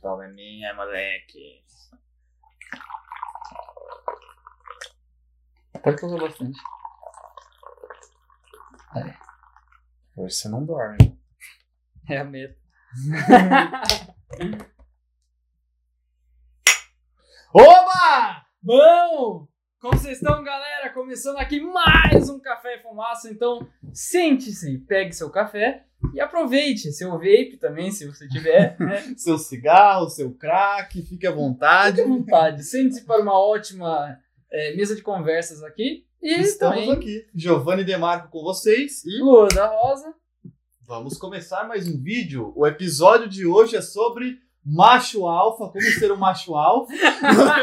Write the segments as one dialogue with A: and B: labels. A: Toma
B: é
A: minha, moleque. Até que usou bastante.
B: Hoje você não dorme.
A: É a meta.
B: Oba!
A: Bom! Como vocês estão, galera? Começando aqui mais um Café e Fumaça. Então, sente-se, pegue seu café e aproveite. Seu vape também, se você tiver. Né?
B: Seu cigarro, seu crack, fique à
A: Fique
B: vontade.
A: à vontade. Sente-se para uma ótima eh, mesa de conversas aqui. E
B: Estamos
A: também,
B: aqui, Giovanni Demarco com vocês e
A: Lua da Rosa.
B: vamos começar mais um vídeo. O episódio de hoje é sobre macho alfa, como ser um macho alfa.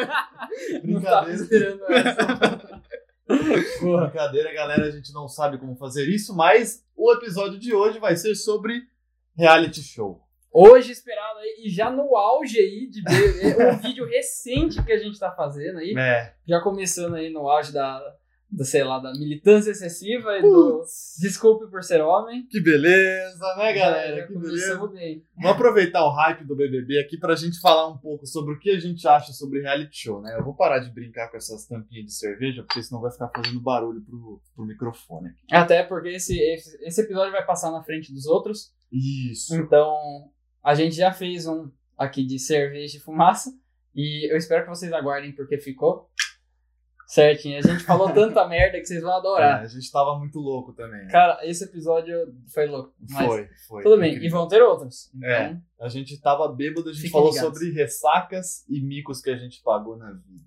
A: Não tá. tava
B: Brincadeira.
A: esperando essa. Porra.
B: Brincadeira, galera, a gente não sabe como fazer isso, mas o episódio de hoje vai ser sobre reality show.
A: Hoje esperado aí, e já no auge aí de ver é um vídeo recente que a gente tá fazendo aí.
B: É.
A: já começando aí no auge da, da sei lá, da militância excessiva e do desculpe por ser homem.
B: Que beleza, né,
A: Já-
B: galera?
A: já
B: Que beleza.
A: começamos bem.
B: Vamos aproveitar o hype do BBB aqui pra gente falar um pouco sobre o que a gente acha sobre reality show, né? Eu vou parar de brincar com essas tampinhas de cerveja, porque senão vai ficar fazendo barulho pro, pro microfone aqui.
A: Até porque esse, esse esse episódio vai passar na frente dos outros.
B: Isso. É,
A: Então, a gente já fez um aqui de cerveja e fumaça. E eu espero que vocês aguardem porque ficou certinho. A gente falou tanta merda que vocês vão
B: É,
A: adorar.
B: a gente tava muito louco também. né?
A: Cara, esse episódio foi louco. Mas
B: Foi, foi.
A: tudo bem, e
B: Incrível.
A: vão ter outros. Então,
B: É. A gente tava bêbado, a gente
A: Fiquem
B: falou
A: ligados.
B: sobre ressacas e micos que a gente pagou na vida.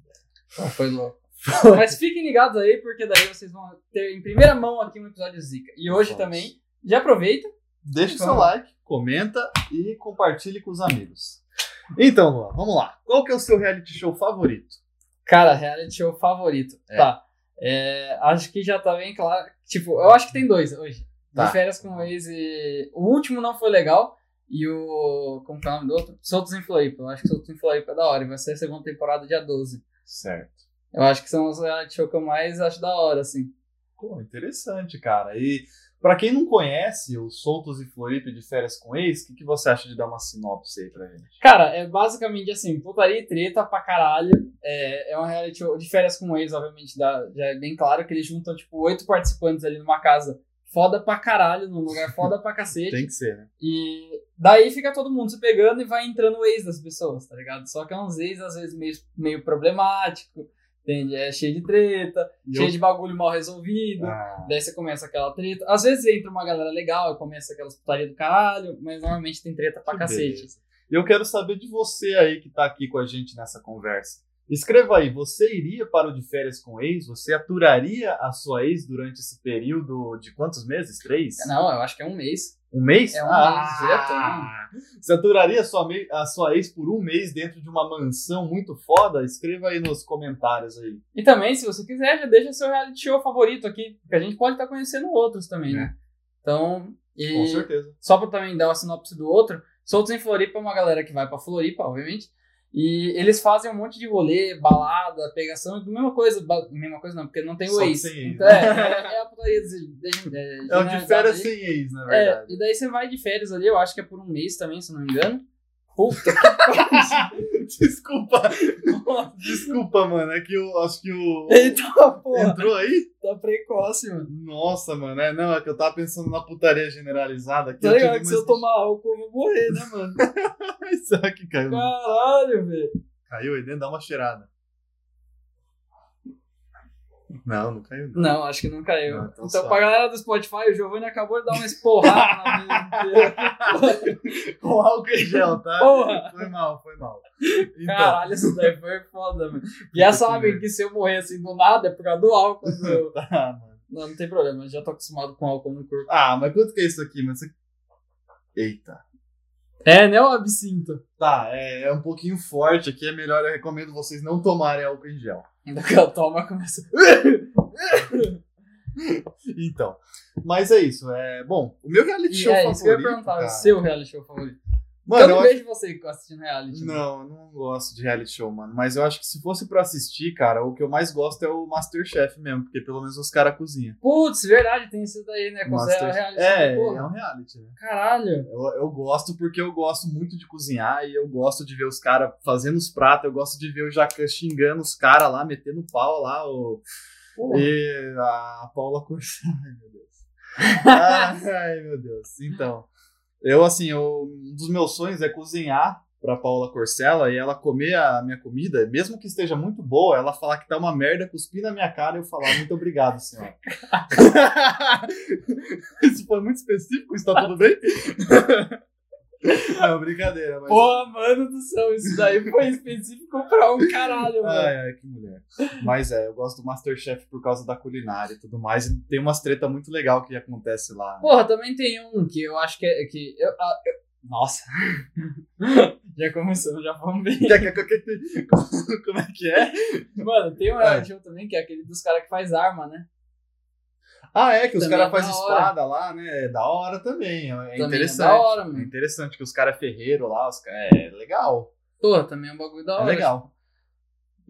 B: Ah,
A: Foi louco. Mas fiquem ligados aí, porque daí vocês vão ter em primeira mão aqui um episódio zica. E hoje
B: Vamos.
A: também, já aproveita.
B: Deixa o seu
A: Vamos.
B: like, comenta e compartilhe com os amigos. Então, Luan, vamos lá. Qual que é o seu reality show favorito?
A: Cara, reality show favorito.
B: É.
A: Tá. É, acho que já tá bem claro. Tipo, eu acho que tem dois hoje.
B: Tá.
A: De férias com o ex e... O último não foi legal. E o... Como que é o nome do outro? Soltos em Floripa. Eu acho que Soltos em Floripa é da hora. E vai ser a segunda temporada dia 12.
B: Certo.
A: Eu acho que são os reality show que eu mais acho da hora, assim.
B: Pô, interessante, cara. E pra quem não conhece o Soltos e Floripa de Férias com Ex, o que, que você acha de dar uma sinopse aí pra gente?
A: Cara, é basicamente assim, putaria e treta pra caralho. É, é uma reality show de férias com ex, obviamente, dá, já é bem claro que eles juntam, tipo, oito participantes ali numa casa foda pra caralho, num lugar foda pra cacete.
B: Tem que ser, né?
A: E daí fica todo mundo se pegando e vai entrando o ex das pessoas, tá ligado? Só que é uns ex, às vezes, meio, meio problemático, entende? É cheio de treta,
B: E
A: cheio de bagulho mal resolvido.
B: Ah,
A: Daí você começa aquela treta. Às vezes entra uma galera legal e começa aquelas putaria do caralho, mas normalmente tem treta pra
B: Que
A: cacete.
B: beleza. e eu quero saber de você aí que tá aqui com a gente nessa conversa. Escreva aí, você iria para o de férias com ex? Você aturaria a sua ex durante esse período de quantos meses? Três?
A: Não, eu acho que é um mês.
B: Um mês?
A: É um mês, direto.
B: Você aturaria a sua, mei- a sua ex por um mês dentro de uma mansão muito foda? Escreva aí nos comentários aí.
A: E também, se você quiser, já deixa seu reality show favorito aqui, porque a gente pode estar conhecendo outros também, né? Então, e
B: É. Com certeza.
A: só pra também dar uma sinopse do outro, Soltos em Floripa é uma galera que vai pra Floripa, obviamente, e eles fazem um monte de rolê, balada, pegação, mesma coisa, ba- mesma coisa não, porque não tem o
B: Só
A: ex.
B: que sem ex,
A: Então, é, é, é a putaria desse- desse- é,
B: É o de
A: generalizada
B: férias
A: aí.
B: sem ex, na
A: É,
B: verdade.
A: e daí você vai de férias ali, eu acho que é por um mês também, se eu não me engano. Puta, É.
B: desculpa,
A: porra.
B: desculpa, mano. É que eu acho que o.
A: Eita, porra.
B: Entrou aí?
A: Tá precoce, mano.
B: Nossa, mano. É, não, é que eu tava pensando na putaria generalizada. Que
A: Tá
B: eu tive
A: ligado? Que se eu tomar álcool, eu vou morrer, né, mano?
B: uma... Será que caiu?
A: Caralho, velho.
B: Caiu aí dentro, dá uma cheirada. Não, não caiu. Não.
A: Não, acho que não caiu.
B: Não, então
A: então,
B: só.
A: pra galera do Spotify, o Giovanni acabou de dar uma esporrada na mesa.
B: Com álcool em gel, tá?
A: Porra.
B: Foi mal, foi mal. Então,
A: Caralho, isso daí foi foda, mano. Já sabem que se eu morrer assim do nada é por causa do álcool. meu.
B: tá, mano.
A: Não, não tem problema, eu já tô acostumado com álcool no corpo.
B: Ah, mas quanto que é isso aqui, mano? Isso aqui- Eita.
A: É, né, o absinto?
B: Tá, é, é um pouquinho forte aqui, é melhor, eu recomendo vocês não tomarem álcool em gel.
A: Ainda que eu tomo, começa.
B: Então, mas é isso, é bom, o meu reality
A: E
B: show
A: é isso que eu ia
B: favorito,
A: perguntar,
B: cara,
A: o seu reality show favorito. Eu
B: Mano, eu
A: não
B: acho.
A: vejo você assistindo reality. mano.
B: Não, eu não gosto de reality show, mano. Mas eu acho que se fosse pra assistir, cara, o que eu mais gosto é o Masterchef mesmo, porque pelo menos os caras cozinham.
A: Putz, verdade, tem isso daí, né? Considera
B: Masterchef-
A: reality.
B: é,
A: porra.
B: é um reality, né?
A: Caralho.
B: Eu, eu gosto porque eu gosto muito de cozinhar e eu gosto de ver os caras fazendo os pratos, eu gosto de ver o Jacan xingando os caras lá, metendo pau lá, o...
A: Porra.
B: e a Paula Corsar. Ai, meu Deus. Ah, Ai, meu Deus. Então, eu assim, eu- um dos meus sonhos é cozinhar pra Paula Corsella e ela comer a minha comida, mesmo que esteja muito boa, ela falar que tá uma merda, cuspir na minha cara e eu falar muito obrigado, senhora. Isso foi muito específico, está tudo bem? É brincadeira, mas.
A: Porra, mano do céu, isso daí foi específico pra um caralho, mano.
B: Ai, ai, que mulher. Mas é, eu gosto do Masterchef por causa da culinária e tudo mais. E tem umas treta muito legal que acontece lá.
A: Porra, também tem um que eu acho que é. Que eu, ah, eu- Nossa. já começou, já vamos bem.
B: Como é que é?
A: Mano, tem um reality show também que é aquele dos caras que faz arma, né?
B: Ah, é, que os
A: Também
B: caras
A: é
B: fazem
A: da hora.
B: espada lá, né? É da hora também. É
A: Também
B: interessante.
A: É da hora,
B: É
A: mano.
B: interessante que os caras é ferreiro lá, os cara... é legal.
A: Porra, também é um bagulho da
B: É
A: hora.
B: legal.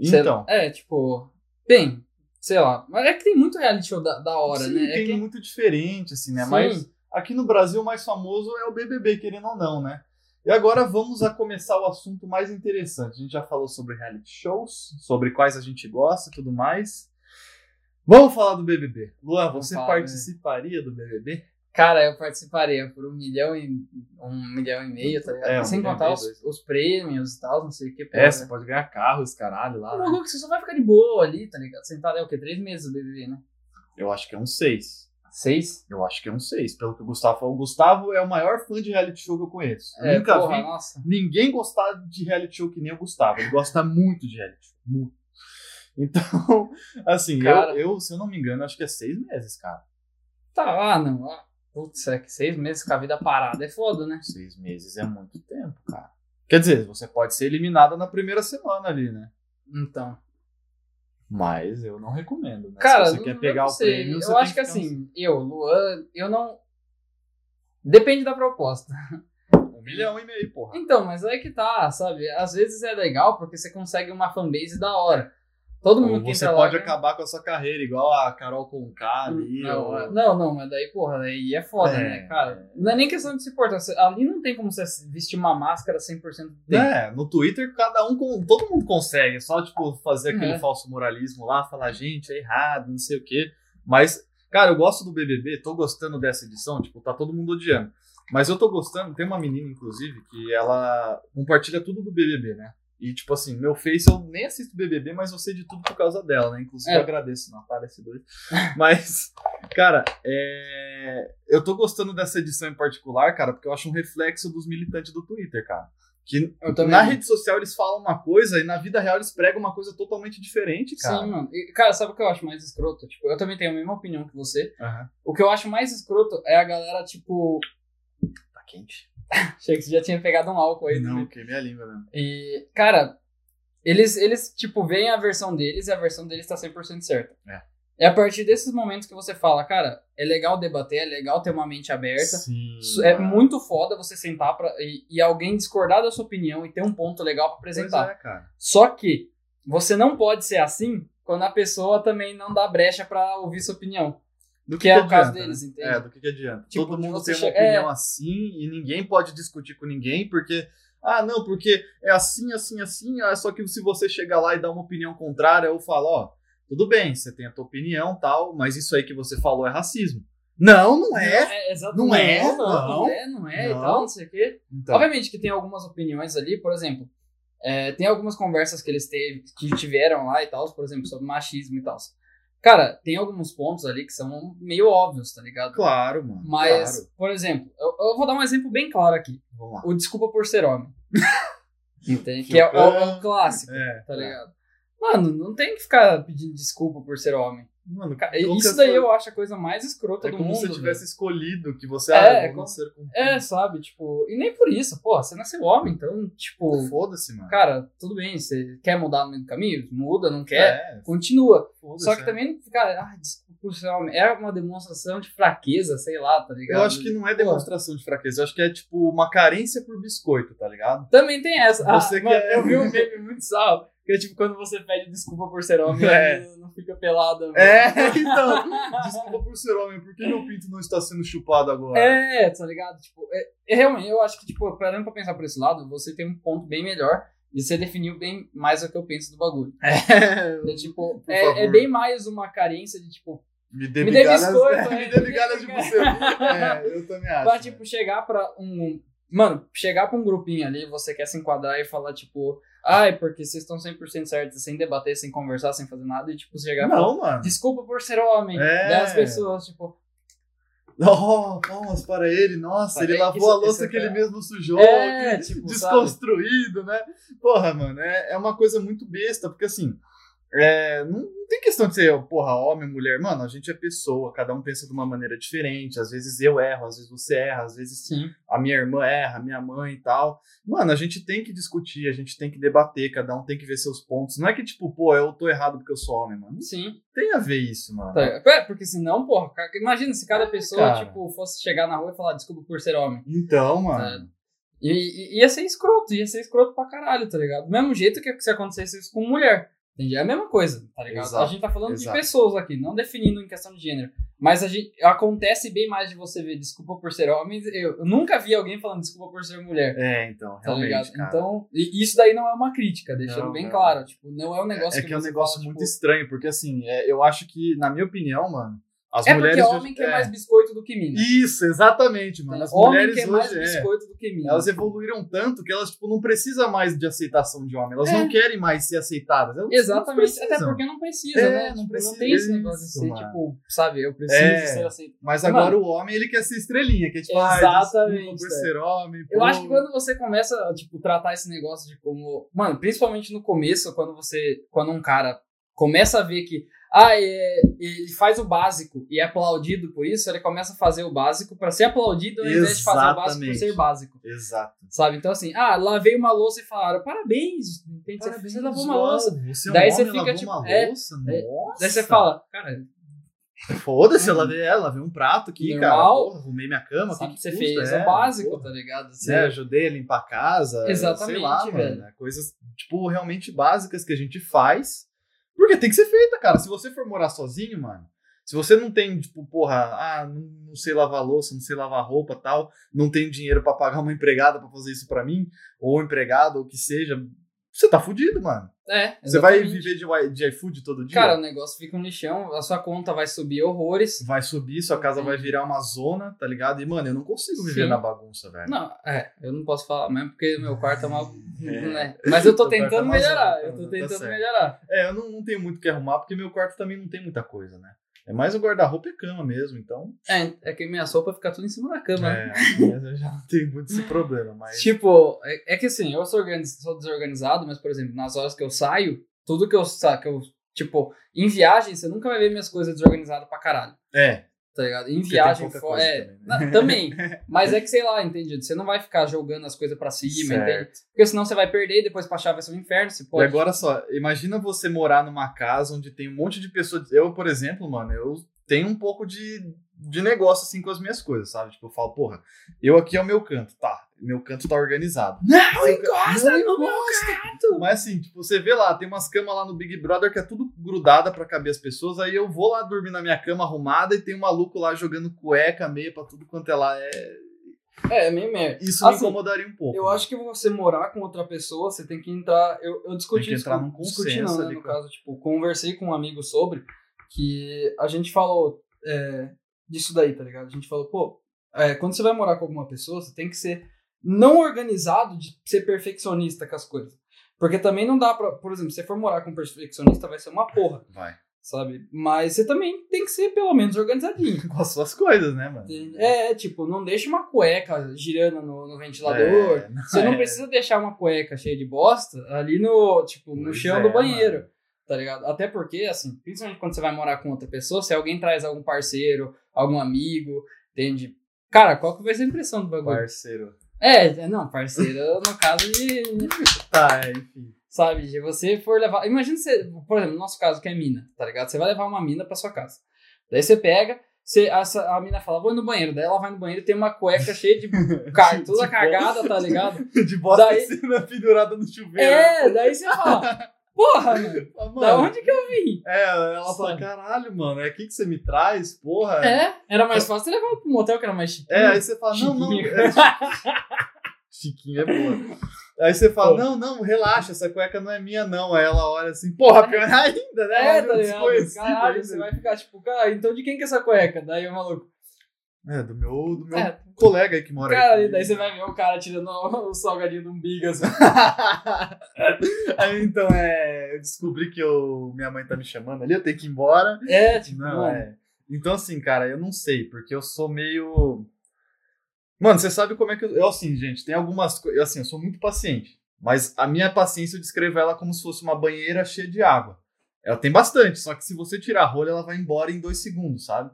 A: Cê-
B: Então.
A: É, tipo. Bem, sei lá. Mas é que tem muito reality show da, da hora,
B: sim,
A: né? é
B: tem um-
A: que...
B: muito diferente, assim, né?
A: Sim.
B: Mas aqui no Brasil o mais famoso é o BBB, querendo ou não, né? E agora vamos a começar o assunto mais interessante. A gente já falou sobre reality shows, sobre quais a gente gosta e tudo mais. Vamos falar do BBB. Luan,
A: Vamos
B: você
A: falar,
B: participaria do BBB?
A: Cara, eu participaria por um milhão e um milhão e meio, tá ligado?
B: É, um
A: Sem
B: milhão e
A: contar
B: meio,
A: os,
B: dois.
A: os prêmios e tal, não sei o que.
B: É, você pode ganhar carros, caralho, lá.
A: Um
B: né?
A: bagulho que você só vai ficar de boa ali, tá ligado? Sentado é o quê? Três meses o BBB, né?
B: Eu acho que é um 6.
A: Seis?
B: Eu acho que é um 6, pelo que o Gustavo falou. O Gustavo é o maior fã de reality show que eu conheço. Eu
A: É,
B: nunca
A: porra,
B: vi
A: nossa.
B: ninguém gostar de reality show que nem o Gustavo. Ele gosta muito de reality show. Muito. Então, assim, eu,
A: Cara.
B: eu, se eu não me engano, acho que é seis meses, cara.
A: Tá, ah, não. Ah, putz, é que seis meses com a vida parada é foda, né?
B: Seis meses é muito tempo, cara. Quer dizer, você pode ser eliminada na primeira semana ali, né?
A: Então.
B: Mas eu não recomendo, né?
A: Cara,
B: se você
A: eu
B: quer
A: não
B: pegar o
A: sei.
B: prêmio,
A: Eu
B: você tem um
A: acho que
B: ficar uns-
A: assim, eu, Luan, eu não. Depende da proposta.
B: Um milhão e meio, porra.
A: Então, mas aí que tá, sabe? Às vezes é legal porque você consegue uma fanbase da hora. Todo mundo
B: Ou
A: que
B: você
A: entra lá né?
B: pode
A: ganha-
B: acabar com a sua carreira, igual a Carol Conká ali. ou-
A: Hum, Não, é. não, não, mas daí, porra, daí é foda,
B: É.
A: né, cara? Não é nem questão de se importar. Você- Ali não tem como você vestir uma máscara 100% do tempo.
B: É, no Twitter cada um, com- todo mundo consegue, é só tipo fazer aquele
A: É.
B: falso moralismo lá, falar gente, é errado, não sei o quê. Mas, cara, eu gosto do BBB, tô gostando dessa edição, tipo, tá todo mundo odiando. Mas eu tô gostando, tem uma menina inclusive que ela compartilha tudo do BBB, né? E tipo assim, meu Face eu nem assisto BBB, mas eu sei de tudo por causa dela, né? Inclusive
A: É.
B: eu agradeço, Natália S2. mas Cara, é, eu tô gostando dessa edição em particular, cara, porque eu acho um reflexo dos militantes do Twitter, cara. Que
A: Eu
B: na rede social eles falam uma coisa e na vida real eles pregam uma coisa totalmente diferente, cara.
A: Sim, mano. E, cara, sabe o que eu acho mais escroto? Tipo, eu também tenho a mesma opinião que você.
B: Aham.
A: O que eu acho mais escroto é a galera, tipo.
B: Tá quente.
A: Achei que você já tinha pegado um álcool aí
B: Não,
A: também.
B: queimei a língua mesmo.
A: E, cara, eles, eles, tipo, veem a versão deles e a versão deles tá 100% certa.
B: É.
A: É a partir desses momentos que você fala, cara, é legal debater, é legal ter uma mente aberta.
B: Sim.
A: Isso É muito foda você sentar pra, e, e alguém discordar da sua opinião e ter um ponto legal pra apresentar.
B: Pois é, cara.
A: Só que você não pode ser assim quando a pessoa também não dá brecha pra ouvir sua opinião.
B: Do
A: Que é o
B: adianta,
A: caso deles, entende?
B: Né? É, do que, que adianta?
A: Tipo,
B: Todo
A: de
B: mundo
A: você
B: tem uma
A: che- é.
B: opinião assim e ninguém pode discutir com ninguém porque. Ah, não, porque é assim, assim, assim. ah, Só que se você chegar lá e dar uma opinião contrária, eu falo, ó, tudo bem, você tem a tua opinião tal, mas isso aí que você falou é racismo. Não, não é.
A: exato,
B: Não é,
A: não, não
B: não.
A: é, não é e
B: Não.
A: tal, não sei o quê.
B: Então,
A: Obviamente que tem algumas opiniões ali, por exemplo, é, tem algumas conversas que eles teve, que tiveram lá e tal, por exemplo, sobre machismo e tal. Cara, tem alguns pontos ali que são meio óbvios, tá ligado?
B: claro, mano.
A: Mas,
B: Claro.
A: por exemplo, eu, eu vou dar um exemplo bem claro aqui.
B: Vamos lá.
A: O desculpa por ser homem. Entende? Que é, o- é o clássico,
B: É,
A: tá ligado? Mano, não tem que ficar pedindo desculpa por ser homem.
B: Mano,
A: Ca-
B: como
A: Isso
B: que
A: daí
B: a sua-
A: eu acho a coisa mais escrota
B: É
A: do
B: como
A: mundo.
B: se você tivesse escolhido que você
A: É,
B: ah,
A: é
B: eu vou
A: como-
B: nascer com.
A: velho. É, sabe? Tipo, e nem por isso, pô, você nasceu homem, então, tipo,
B: Foda-se, mano.
A: cara, tudo bem, você quer mudar no meio do caminho? Muda, não quer?
B: É,
A: Continua.
B: foda-se.
A: Só que
B: é.
A: também, cara, ah, desculpa por ser homem. É uma demonstração de fraqueza, sei lá, tá ligado?
B: Eu acho que não é demonstração de fraqueza, eu acho que é tipo uma carência por biscoito, tá ligado?
A: Também tem essa. Ah,
B: Você
A: mano,
B: quer-
A: Eu vi um meme muito salvo. Que é tipo, quando você pede desculpa por ser homem,
B: É.
A: a menina não fica né? pelada. mano.
B: É, então. Desculpa por ser homem, por que meu pinto não está sendo chupado agora?
A: É, tá ligado? Tipo, é, é realmente, eu acho que, tipo, parando pra pensar por esse lado, você tem um ponto bem melhor e você definiu bem mais o que eu penso do bagulho. É, tipo,
B: Por favor.
A: é, é bem mais uma carência de, tipo,
B: Me dê
A: Me dê
B: migalhas,
A: biscoito,
B: me
A: é,
B: dê
A: me dê
B: migalhas de
A: migalhas.
B: você. É, eu também acho.
A: pra,
B: Mas,
A: tipo, chegar pra um. Mano, chegar pra um grupinho ali, você quer se enquadrar e falar, tipo, ai, porque vocês estão 100% certos, sem debater, sem conversar, sem fazer nada, e, tipo, você chegar e falar,
B: Não, mano.
A: desculpa por ser homem.
B: É.
A: Das pessoas, tipo,
B: Oh, palmas para ele. Nossa, ele
A: Isso-
B: lavou a
A: isso
B: louça
A: é
B: que ele
A: cara.
B: mesmo sujou.
A: É,
B: que
A: tipo,
B: desconstruído, né? Porra, mano, é, é uma coisa muito besta, porque assim, é, não, não tem questão de ser, porra, homem, mulher. Mano, a gente é pessoa, cada um pensa de uma maneira diferente. Às vezes eu erro, às vezes você erra, às vezes
A: sim.
B: a minha irmã erra, a minha mãe e tal. Mano, a gente tem que discutir, a gente tem que debater, cada um tem que ver seus pontos. Não é que, tipo, pô, eu tô errado porque eu sou homem, mano. Não
A: Sim.
B: tem a ver isso, mano.
A: Tá, é, porque senão, porra, cara, imagina se cada pessoa,
B: cara.
A: tipo, fosse chegar na rua e falar desculpa por ser homem.
B: Então, mano.
A: Tá. E, e- ia ser escroto, ia ser escroto pra caralho, tá ligado? Do mesmo jeito que se acontecesse isso com mulher. Entende? É a mesma coisa, tá ligado?
B: Exato,
A: a gente tá falando
B: exato.
A: de pessoas aqui, não definindo em questão de gênero. Mas a gente, acontece bem mais de você ver desculpa por ser homem. Eu, eu nunca vi alguém falando desculpa por ser mulher.
B: É, então,
A: Tá
B: realmente,
A: ligado?
B: cara.
A: Então, e isso daí não é uma crítica, deixando
B: Não,
A: bem
B: não.
A: claro. Tipo, não é um negócio
B: é que é um
A: você
B: negócio
A: fala,
B: muito
A: tipo,
B: estranho, porque assim, é, eu acho que, na minha opinião, mano, as
A: É porque
B: mulheres. hoje-
A: homem quer mais biscoito do que mim.
B: Isso, exatamente, mano. As
A: homem
B: Né? mulheres
A: quer mais
B: hoje. é,
A: biscoito do que mim.
B: Elas evoluíram tanto que elas, tipo, não precisam mais de aceitação de homem. Elas
A: É.
B: não querem mais ser aceitadas. Elas não
A: Exatamente, até
B: precisam.
A: porque não precisa,
B: É,
A: né?
B: não
A: Tipo,
B: precisa.
A: não tem esse negócio de
B: Isso,
A: ser,
B: mano.
A: tipo, sabe, eu preciso
B: É.
A: ser aceito.
B: Mas
A: Mano.
B: agora o homem, ele quer ser estrelinha, que é tipo, ah,
A: Exatamente,
B: desculpa por
A: é.
B: ser homem.
A: Eu
B: pô.
A: acho que quando você começa a, tipo, tratar esse negócio de como. Mano, principalmente no começo, quando você. Quando um cara começa a ver que. Ah, é- ele faz o básico e é aplaudido por isso, ele começa a fazer o básico pra ser aplaudido ao invés de fazer o básico por
B: Exatamente.
A: ser básico.
B: Exato.
A: Sabe? Então, assim, ah, lavei uma louça e falaram, parabéns, entende? Você- você lavou uma
B: uau,
A: louça.
B: Você é um
A: Daí
B: homem,
A: você
B: lavou
A: fica, tipo,
B: uma
A: é,
B: louça?
A: é.
B: Nossa.
A: Daí você fala, cara,
B: Foda-se, eu lavei ela, lavei um prato aqui, cara.
A: Normal.
B: Porra, arrumei minha cama. o
A: sabe o que você
B: custa?
A: fez?
B: É,
A: É o básico,
B: porra.
A: tá ligado? Você-
B: né, ajudei a limpar a casa.
A: Exatamente,
B: Sei lá,
A: velho.
B: mano. né, Coisas, tipo, realmente básicas que a gente faz. Porque tem que ser feita, cara. Se você for morar sozinho, mano. Se você não tem, tipo, porra, ah, não, não sei lavar louça, não sei lavar roupa tal, não tenho dinheiro pra pagar uma empregada pra fazer isso pra mim, ou um empregado, ou o que seja, você tá fudido, mano.
A: É,
B: Você vai
A: exatamente.
B: viver de, wi- de iFood todo dia?
A: Cara, o negócio fica um lixão, a sua conta vai subir horrores.
B: vai subir, sua casa vai virar uma zona, tá ligado? E, mano, eu não consigo viver
A: Uhum. Sim.
B: na bagunça, velho.
A: Não, é, eu não posso falar mesmo porque meu quarto é uma.
B: É.
A: né? Mas eu tô
B: Teu quarto é
A: tentando
B: uma
A: melhorar,
B: zona,
A: eu tô
B: tá
A: tentando
B: certo.
A: melhorar.
B: É, eu não, não tenho muito o que arrumar, porque meu quarto também não tem muita coisa, né? É mais o guarda-roupa e a cama mesmo, então.
A: É, é que minha sopa fica tudo em cima da cama. né?
B: É, mas eu já não tenho muito esse problema, mas.
A: Tipo, é, é que assim, eu sou, organiz- sou desorganizado, mas por exemplo, nas horas que eu saio, tudo que eu saio, que eu. Tipo, em viagem, você nunca vai ver minhas coisas desorganizadas pra caralho.
B: É,
A: Tá ligado? Em
B: Porque
A: viagem,
B: tem pouca
A: fo-
B: coisa
A: é,
B: também, né?
A: na- também. Mas é que, sei lá, entende? Você não vai ficar jogando as coisas pra cima,
B: Certo.
A: entende? Porque senão você vai perder, depois pra achar vai ser um inferno, você
B: e
A: pode.
B: agora só, imagina você morar numa casa onde tem um monte de pessoas. Eu, por exemplo, mano, eu tenho um pouco de, de negócio assim com as minhas coisas, sabe? Tipo, eu falo, porra, eu aqui é o meu canto, tá? Meu canto tá organizado.
A: Não,
B: Você- Não
A: meu
B: Mas assim, tipo, você vê lá, tem umas camas lá no Big Brother que é tudo grudada pra caber as pessoas. Aí eu vou lá dormir na minha cama arrumada e tem um maluco lá jogando cueca, meia pra tudo quanto é lá. É...
A: É, é meio merda.
B: Isso me
A: Assim,
B: incomodaria um pouco.
A: Eu acho que você morar com outra pessoa, você tem que entrar. Eu, eu discuti
B: Tem que entrar
A: isso
B: num
A: com- discuti
B: consenso
A: não, né,
B: ali,
A: no
B: cara.
A: caso, tipo, conversei com um amigo sobre que a gente falou é, disso daí, tá ligado? A gente falou, pô, é, quando você vai morar com alguma pessoa, você tem que ser não organizado de ser perfeccionista com as coisas. Porque também não dá pra, por exemplo, se você for morar com um perfeccionista, vai ser uma porra,
B: Vai.
A: sabe? Mas você também tem que ser pelo menos organizadinho.
B: Com as suas coisas, né, mano?
A: É, tipo, não deixa uma cueca girando no, no ventilador.
B: É,
A: Você
B: é.
A: não precisa deixar uma cueca cheia de bosta ali no, tipo, no
B: Pois
A: chão
B: é,
A: do banheiro.
B: mano.
A: tá ligado? Até porque, assim, principalmente quando você vai morar com outra pessoa, se alguém traz algum parceiro, algum amigo, entende? Cara, qual que vai ser a impressão do bagulho?
B: Parceiro.
A: É, não, parceiro, no caso de.
B: Tá, é, enfim.
A: Sabe, de você for levar. Imagina você, por exemplo, no nosso caso, que é mina, tá ligado? Você vai levar uma mina pra sua casa. Daí você pega, você, a, a mina fala, vou no banheiro. Daí ela vai no banheiro e tem uma cueca cheia de car, toda cagada, tá ligado?
B: De bosta
A: Daí-
B: sendo pendurada no chuveiro.
A: É, daí você fala, porra, mano,
B: Ah,
A: da
B: mano,
A: onde que eu vim?
B: é, ela fala,
A: Sabe?
B: caralho, mano, é aqui que você me traz, porra.
A: É, era mais fácil você levar pro motel que era mais chique.
B: É, aí você fala, não, não.
A: Chiquinho.
B: É, Chiquinho é boa. Aí você fala,
A: Pô.
B: não, não, relaxa, essa cueca não é minha, não. Aí ela olha assim, porra, pior ainda, né?
A: Tá É,
B: Olha,
A: tá ligado?
B: desconhecido
A: Caralho,
B: ainda.
A: você vai ficar tipo, cara, então de quem que é essa cueca? Daí o maluco.
B: É, do meu, do meu
A: É,
B: colega aí que mora
A: cara,
B: aí.
A: e daí você vai ver o cara tirando o salgadinho do umbigo, assim.
B: Aí, então, é, eu descobri que eu, minha mãe tá me chamando ali, eu tenho que ir embora.
A: É, tipo,
B: Não,
A: mano,
B: é. Então, assim, cara, eu não sei, porque eu sou meio. Mano, você sabe como é que eu. Eu, assim, gente, tem algumas coisas. Assim, eu sou muito paciente. Mas a minha paciência eu descrevo ela como se fosse uma banheira cheia de água. Ela tem bastante, só que se você tirar a rolha, ela vai embora em dois segundos, sabe?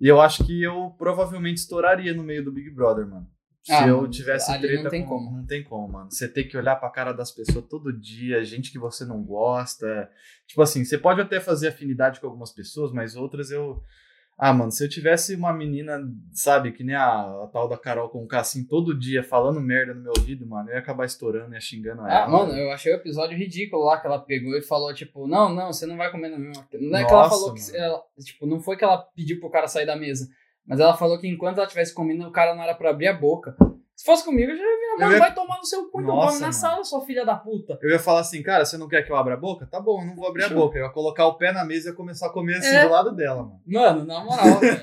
B: E eu acho que eu provavelmente estouraria no meio do Big Brother, mano. Se
A: Ah,
B: eu
A: mano,
B: tivesse
A: ali
B: treta
A: não tem
B: com-
A: como.
B: Não tem como, mano. Você tem que olhar pra cara das pessoas todo dia, gente que você não gosta. Tipo assim, você pode até fazer afinidade com algumas pessoas, mas outras eu. Ah, mano, se eu tivesse uma menina, sabe, que nem a, a tal da Carol com assim, todo dia falando merda no meu ouvido, mano, eu ia acabar estourando, ia xingando ela.
A: Ah, mano, eu achei o episódio ridículo lá que ela pegou e falou, tipo, não, não, você não vai comer na mesma. Não é que ela
B: Nossa,
A: falou que.
B: mano.
A: Ela, tipo, não foi que ela pediu pro cara sair da mesa. Mas ela falou que enquanto ela estivesse comendo, o cara não era pra abrir a boca. Se fosse comigo, eu já ia virar,
B: Eu
A: mano,
B: ia-
A: vai tomar no seu cu e
B: Nossa,
A: come na
B: mano.
A: sala, sua filha da puta.
B: Eu ia falar assim, cara, você não quer que eu abra a boca? Tá bom, eu não vou abrir a
A: Show.
B: boca. Eu ia colocar o pé na mesa e ia começar a comer assim
A: É.
B: do lado dela, mano.
A: Mano, na moral, velho.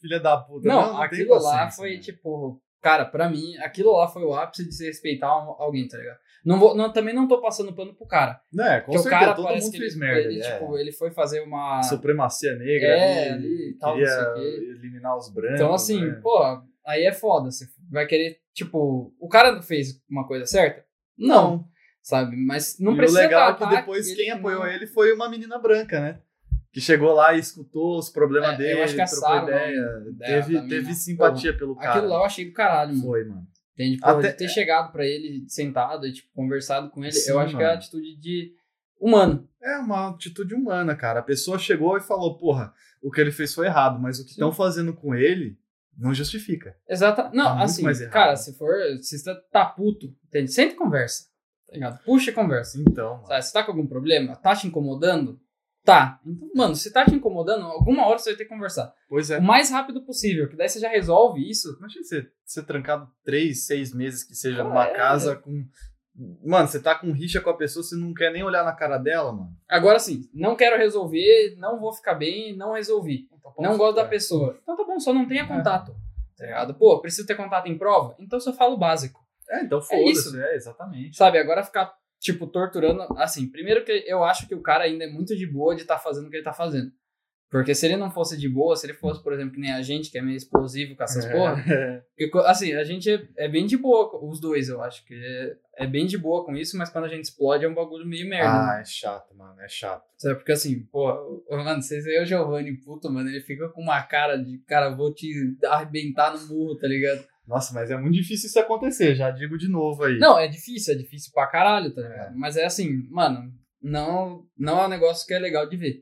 B: Filha da puta.
A: Não,
B: Não, não tem
A: aquilo lá
B: paciência,
A: foi,
B: mano.
A: tipo, cara, pra mim, aquilo lá foi o ápice de se respeitar alguém, tá ligado? Não vou, não, também não tô passando pano pro cara.
B: Não, é, com
A: Porque o
B: certeza,
A: cara
B: todo
A: parece
B: mundo
A: que
B: fez
A: ele,
B: merda.
A: ele,
B: é.
A: tipo, ele foi fazer uma.
B: Supremacia negra.
A: É,
B: ali,
A: ali e tal, não
B: queria
A: sei o quê.
B: eliminar os brancos.
A: Então, assim,
B: né?
A: pô, aí é foda. Você vai querer, tipo, o cara fez uma coisa certa? Não,
B: não.
A: sabe? Mas não
B: e
A: precisa
B: o legal é
A: dar
B: que
A: ataque,
B: depois
A: ele
B: quem
A: não-
B: apoiou ele foi uma menina branca, né? Que chegou lá e escutou os problemas
A: É, eu
B: dele,
A: acho que a
B: trocou
A: Sarah,
B: ideia.
A: o nome da-
B: teve
A: da mina.
B: teve simpatia pelo cara.
A: Aquilo lá eu achei do caralho, mano.
B: foi, mano.
A: Entende? Porra,
B: Até-
A: de ter chegado pra ele sentado e, tipo, conversado com ele,
B: Sim,
A: eu acho que é a
B: mano.
A: atitude de humano.
B: É uma atitude humana, cara. A pessoa chegou e falou, porra, o que ele fez foi errado, mas o que
A: Sim.
B: estão fazendo com ele não justifica.
A: Exata.
B: Tá
A: Não,
B: muito
A: assim,
B: mais errado.
A: cara, se for, se você tá puto, entende? Sempre conversa, tá ligado? Puxa a conversa.
B: Então, mano.
A: Sabe, você tá com algum problema? Tá te incomodando? Tá. Então, mano, se tá te incomodando, alguma hora você vai ter que conversar.
B: Pois é.
A: O mais rápido possível, que daí você já resolve isso.
B: Imagina você ser trancado três, seis meses que seja
A: Ah,
B: numa
A: é.
B: casa com. Mano, você tá com rixa com a pessoa, você não quer nem olhar na cara dela, mano.
A: Agora sim, não quero resolver, não vou ficar bem, não resolvi. Não gosto da
B: pessoa.
A: pessoa. Então tá bom, só não tenha
B: É.
A: contato. Tá ligado? Pô, preciso ter contato em prova? Então só falo o básico.
B: É, então
A: isso.
B: foda-se. É, exatamente.
A: Sabe, agora ficar, tipo, torturando. Assim, primeiro que eu acho que o cara ainda é muito de boa de estar fazendo o que ele tá fazendo. Porque se ele não fosse de boa, se ele fosse, por exemplo, que nem a gente, que é meio explosivo com essas
B: É.
A: porra, Porque, co- assim, a gente é, é bem de boa, co- os dois, eu acho que é, é bem de boa com isso, mas quando a gente explode é um bagulho meio merda. né?
B: Ah, é chato, mano. É chato.
A: Sabe? Porque assim, pô, ô, mano, vocês veem o Giovanni puto, mano, ele fica com uma cara de cara, vou te arrebentar no murro, tá ligado?
B: Nossa, mas é muito difícil isso acontecer, já digo de novo aí.
A: Não, é difícil, é difícil pra caralho, tá ligado? Mas é assim, mano, não, não é um negócio que é legal de ver.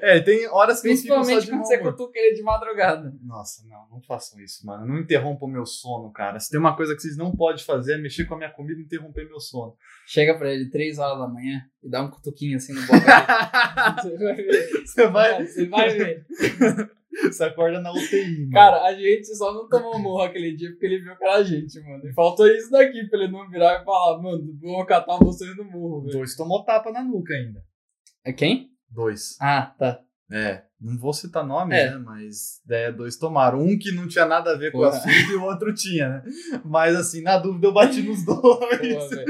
B: É, tem horas que eu fico só
A: Principalmente
B: de
A: quando
B: mau
A: você
B: humor.
A: cutuca ele de madrugada.
B: Nossa, não, não façam isso, mano. Não interrompam meu sono, cara. Se tem uma coisa que vocês não podem fazer é mexer com a minha comida e interromper meu sono.
A: Chega pra ele três horas da manhã e dá um cutuquinho assim no boca dele. Você vai ver.
B: Você vai,
A: Você vai ver.
B: você acorda na UTI, mano.
A: Cara, a gente só não tomou morro aquele dia porque ele viu que era a gente, mano. E faltou isso daqui pra ele não virar e falar, mano, vou catar vocês no morro, velho.
B: Dois tomou tapa na nuca ainda.
A: É quem?
B: Dois.
A: Ah, tá.
B: É, não vou citar nomes,
A: É.
B: né? Mas é, dois tomaram. Um que não tinha nada a ver com o
A: Porra.
B: assunto e o outro tinha, né? Mas assim, na dúvida eu bati nos dois.
A: Boa, velho.
B: É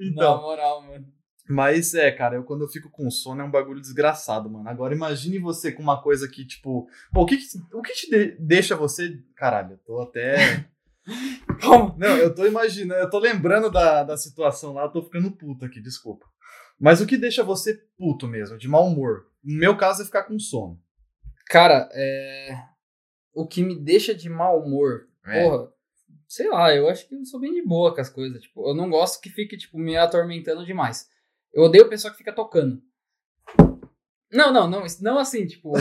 B: então.
A: Na moral, mano.
B: Mas é, cara, eu quando eu fico com sono é um bagulho desgraçado, mano. Agora imagine você com uma coisa que, tipo. Pô, o que, que- o que te de- deixa você. Caralho, eu tô até.
A: Calma.
B: não, eu tô imaginando, eu tô lembrando da, da situação lá, eu tô ficando puto aqui, desculpa. Mas o que deixa você puto mesmo, de mau humor? No meu caso é ficar com sono.
A: Cara, é... o que me deixa de mau humor,
B: É.
A: porra, sei lá, eu acho que eu sou bem de boa com as coisas. Tipo, eu não gosto que fique, tipo, me atormentando demais. Eu odeio pessoa que fica tocando. Não, não, não, isso- não assim, tipo.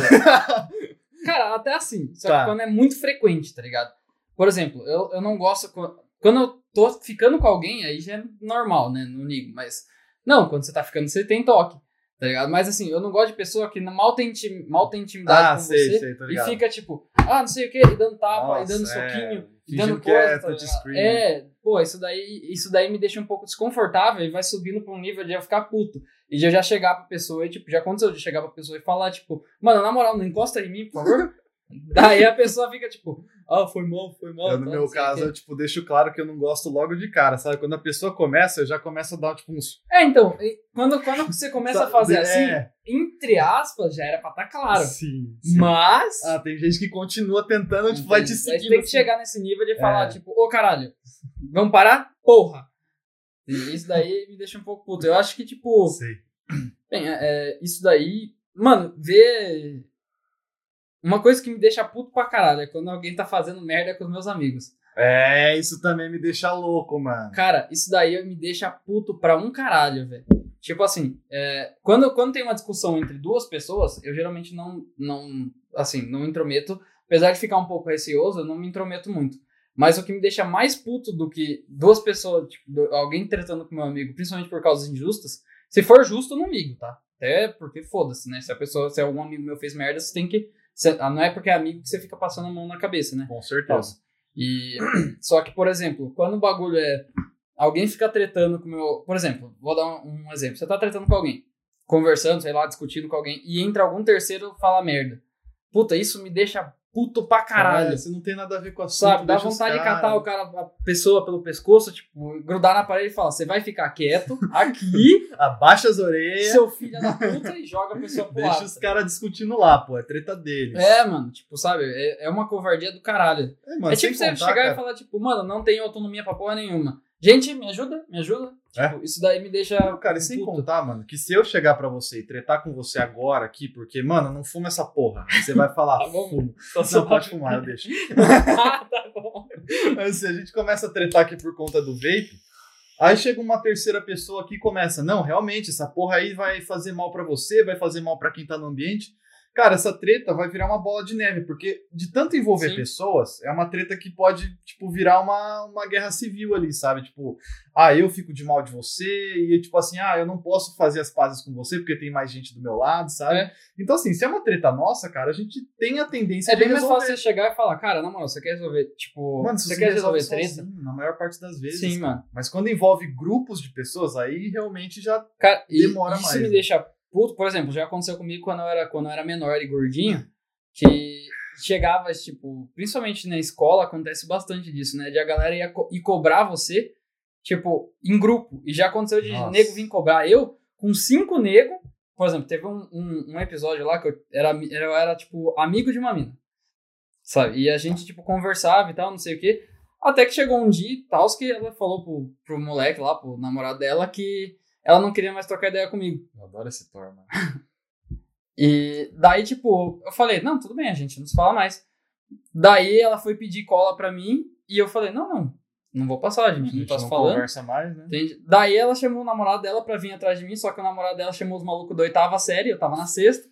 A: cara, até assim. Só
B: Tá.
A: que quando é muito frequente, tá ligado? Por exemplo, eu, eu não gosto. Quando, quando eu tô ficando com alguém, aí já é normal, né? Não ligo, mas. Não, quando você tá ficando, você tem toque, tá ligado? Mas assim, eu não gosto de pessoa que mal tem, intim- mal tem intimidade
B: ah,
A: com
B: sei,
A: você.
B: sei, tô
A: e
B: ligado.
A: fica tipo, ah, não sei o que, e dando tapa, e dando
B: Nossa, é,
A: soquinho, e
B: fingindo
A: dando
B: que é
A: coisa. tá ligado?
B: touchscreen, né?
A: é, pô, isso daí, isso daí me deixa um pouco desconfortável e vai subindo pra um nível de eu ficar puto. E de eu já chegar pra pessoa e, tipo, já aconteceu de eu chegar pra pessoa e falar, tipo, mano, na moral, não encosta em mim, por favor. daí a pessoa fica, tipo, ah, foi mal, foi mal.
B: Eu, no
A: tá,
B: meu
A: não sei o
B: caso,
A: quê.
B: eu, tipo, deixo claro que eu não gosto logo de cara, sabe? Quando a pessoa começa, eu já começo a dar, tipo, uns...
A: É, então, e quando, quando você começa a fazer
B: É,
A: assim, entre aspas, já era pra estar claro.
B: Sim, sim.
A: Mas.
B: Ah, tem gente que continua tentando, tipo, vai te
A: Entendi. Aí
B: seguindo.
A: Você tem que
B: assim.
A: chegar nesse nível de falar,
B: É.
A: tipo, ô caralho, vamos parar? Porra! E Isso daí me deixa um pouco puto. Eu acho que, tipo,
B: Sei.
A: bem, é, é, isso daí. Mano, ver. Uma coisa que me deixa puto pra caralho é quando alguém tá fazendo merda com os meus amigos.
B: É, isso também me deixa louco, mano.
A: Cara, isso daí me deixa puto pra um caralho, velho. Tipo assim, é, quando, quando tem uma discussão entre duas pessoas, eu geralmente não, não, assim, não intrometo. Apesar de ficar um pouco receoso, eu não me intrometo muito. Mas o que me deixa mais puto do que duas pessoas, tipo, do- alguém tretando com meu amigo, principalmente por causas injustas, se for justo, eu não ligo, tá? Até porque foda-se, né? Se a pessoa, se algum amigo meu fez merda, você tem que. você- ah, não é porque é amigo que você fica passando a mão na cabeça, né?
B: Com
A: tal.
B: certeza.
A: E só que, por exemplo, quando o bagulho é alguém fica tretando com o meu, por exemplo, vou dar um, um exemplo. Você tá tretando com alguém, conversando, sei lá, discutindo com alguém e entra algum terceiro e fala merda. Puta, isso me deixa puto pra caralho.
B: É, Você não tem nada a ver com a sua.
A: Sabe, dá vontade de catar o cara, a pessoa pelo pescoço, tipo, grudar na parede e falar: você vai ficar quieto aqui,
B: Abaixa as orelhas,
A: seu filho da puta, e joga a pessoa pro
B: É. deixa
A: lado.
B: os caras discutindo lá, pô. É treta deles.
A: É, mano, tipo, sabe, é, é uma covardia do caralho.
B: É, mano,
A: é tipo você
B: sem contar,
A: chegar
B: cara,
A: e falar, tipo, mano, não tenho autonomia pra porra nenhuma. Gente, me ajuda, me ajuda. Tipo, isso daí me deixa.
B: É? Não, cara, e sem
A: puto.
B: contar, mano, que se eu chegar pra você e tretar com você agora aqui, porque, mano, não fuma essa porra. Aí Você vai falar,
A: Tá bom.
B: fumo.
A: Só
B: Não pode fumar, eu deixo.
A: Ah, tá bom.
B: Mas se a gente começa a tretar aqui por conta do vape, aí chega uma terceira pessoa aqui e começa, não, realmente, essa porra aí vai fazer mal pra você, vai fazer mal pra quem tá no ambiente. Cara, essa treta vai virar uma bola de neve, porque de tanto envolver
A: Sim.
B: pessoas, é uma treta que pode, tipo, virar uma, uma guerra civil ali, sabe? Tipo, ah, eu fico de mal de você, e tipo assim, ah, eu não posso fazer as pazes com você porque tem mais gente do meu lado, sabe?
A: É.
B: Então, assim, se é uma treta nossa, cara, a gente tem a tendência
A: É
B: de
A: bem mais
B: resolver.
A: fácil você chegar e falar, cara, na moral, você quer resolver, tipo,
B: Mano, se
A: você quer
B: resolve
A: resolver treta?
B: sozinho, na maior parte das vezes.
A: Sim, mano.
B: Mas quando envolve grupos de pessoas, aí realmente já.
A: Cara, e
B: Demora
A: isso
B: mais,
A: me
B: né?
A: deixa puto. Por exemplo, já aconteceu comigo quando eu era, quando eu era menor e gordinho, que chegava, tipo, principalmente na escola, acontece bastante disso, né? De a galera ia co- ir cobrar você, tipo, em grupo. E já aconteceu de
B: Nossa.
A: nego vir cobrar eu com cinco nego. Por exemplo, teve um, um, um episódio lá que eu era, ami- eu era, tipo, amigo de uma mina. Sabe? E a gente, tipo, conversava e tal, não sei o quê. Até que chegou um dia e tal, que ela falou pro, pro moleque lá, pro namorado dela, que ela não queria mais trocar ideia comigo.
B: Eu adoro esse Thor, mano.
A: E daí, tipo, eu falei, não, tudo bem, a gente não se fala mais. Daí ela foi pedir cola pra mim e eu falei, não, não, não vou passar, a gente não tá se falando.
B: conversa mais, né?
A: Entende? Daí ela chamou o namorado dela pra vir atrás de mim, só que o namorado dela chamou os malucos da oitava série, eu tava na sexta.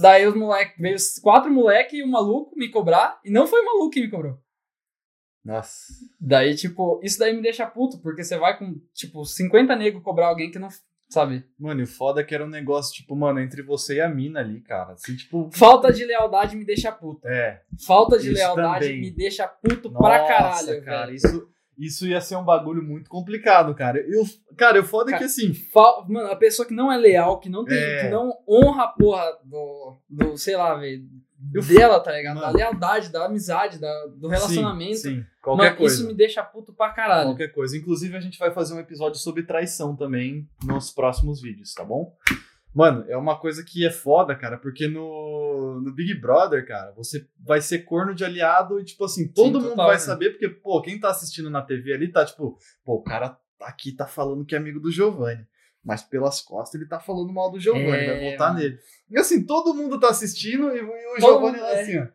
A: Daí os moleques, veio os quatro moleques e o maluco me cobrar, e não foi o maluco que me cobrou.
B: Nossa.
A: Daí, tipo, isso daí me deixa puto, porque você vai com, tipo, 50 negros cobrar alguém que não. Sabe?
B: Mano, e o foda é que era um negócio, tipo, mano, entre você e a mina ali, cara. Assim, tipo.
A: Falta de lealdade me deixa puto.
B: É.
A: Falta de
B: Isso
A: lealdade
B: também.
A: me deixa puto pra
B: Nossa,
A: caralho,
B: cara.
A: velho.
B: Isso, isso ia ser um bagulho muito complicado, cara. Eu, cara, o foda é que assim.
A: Fal- Mano, a pessoa que não é leal, que não tem.
B: É.
A: Que não honra a porra do. do sei lá, velho.
B: Eu-
A: Dela, tá ligado? Da
B: Mano.
A: lealdade, da amizade, da, do relacionamento.
B: Sim, sim.
A: Mano,
B: Qualquer coisa.
A: isso me deixa puto pra caralho.
B: Qualquer coisa. Inclusive, a gente vai fazer um episódio sobre traição também nos próximos vídeos, tá bom? Mano, é uma coisa que é foda, cara, porque no, no Big Brother, cara, você vai ser corno de aliado e, tipo assim, todo mundo
A: total,
B: vai
A: né?
B: saber, porque, pô, quem tá assistindo na TV ali tá tipo, pô, o cara tá aqui tá falando que é amigo do Giovanni. Mas pelas costas ele tá falando mal do Giovanni,
A: É,
B: vai votar
A: mano.
B: nele. E assim, todo mundo tá assistindo e, e o
A: Todo
B: Giovanni
A: mundo,
B: lá
A: é.
B: assim, ó.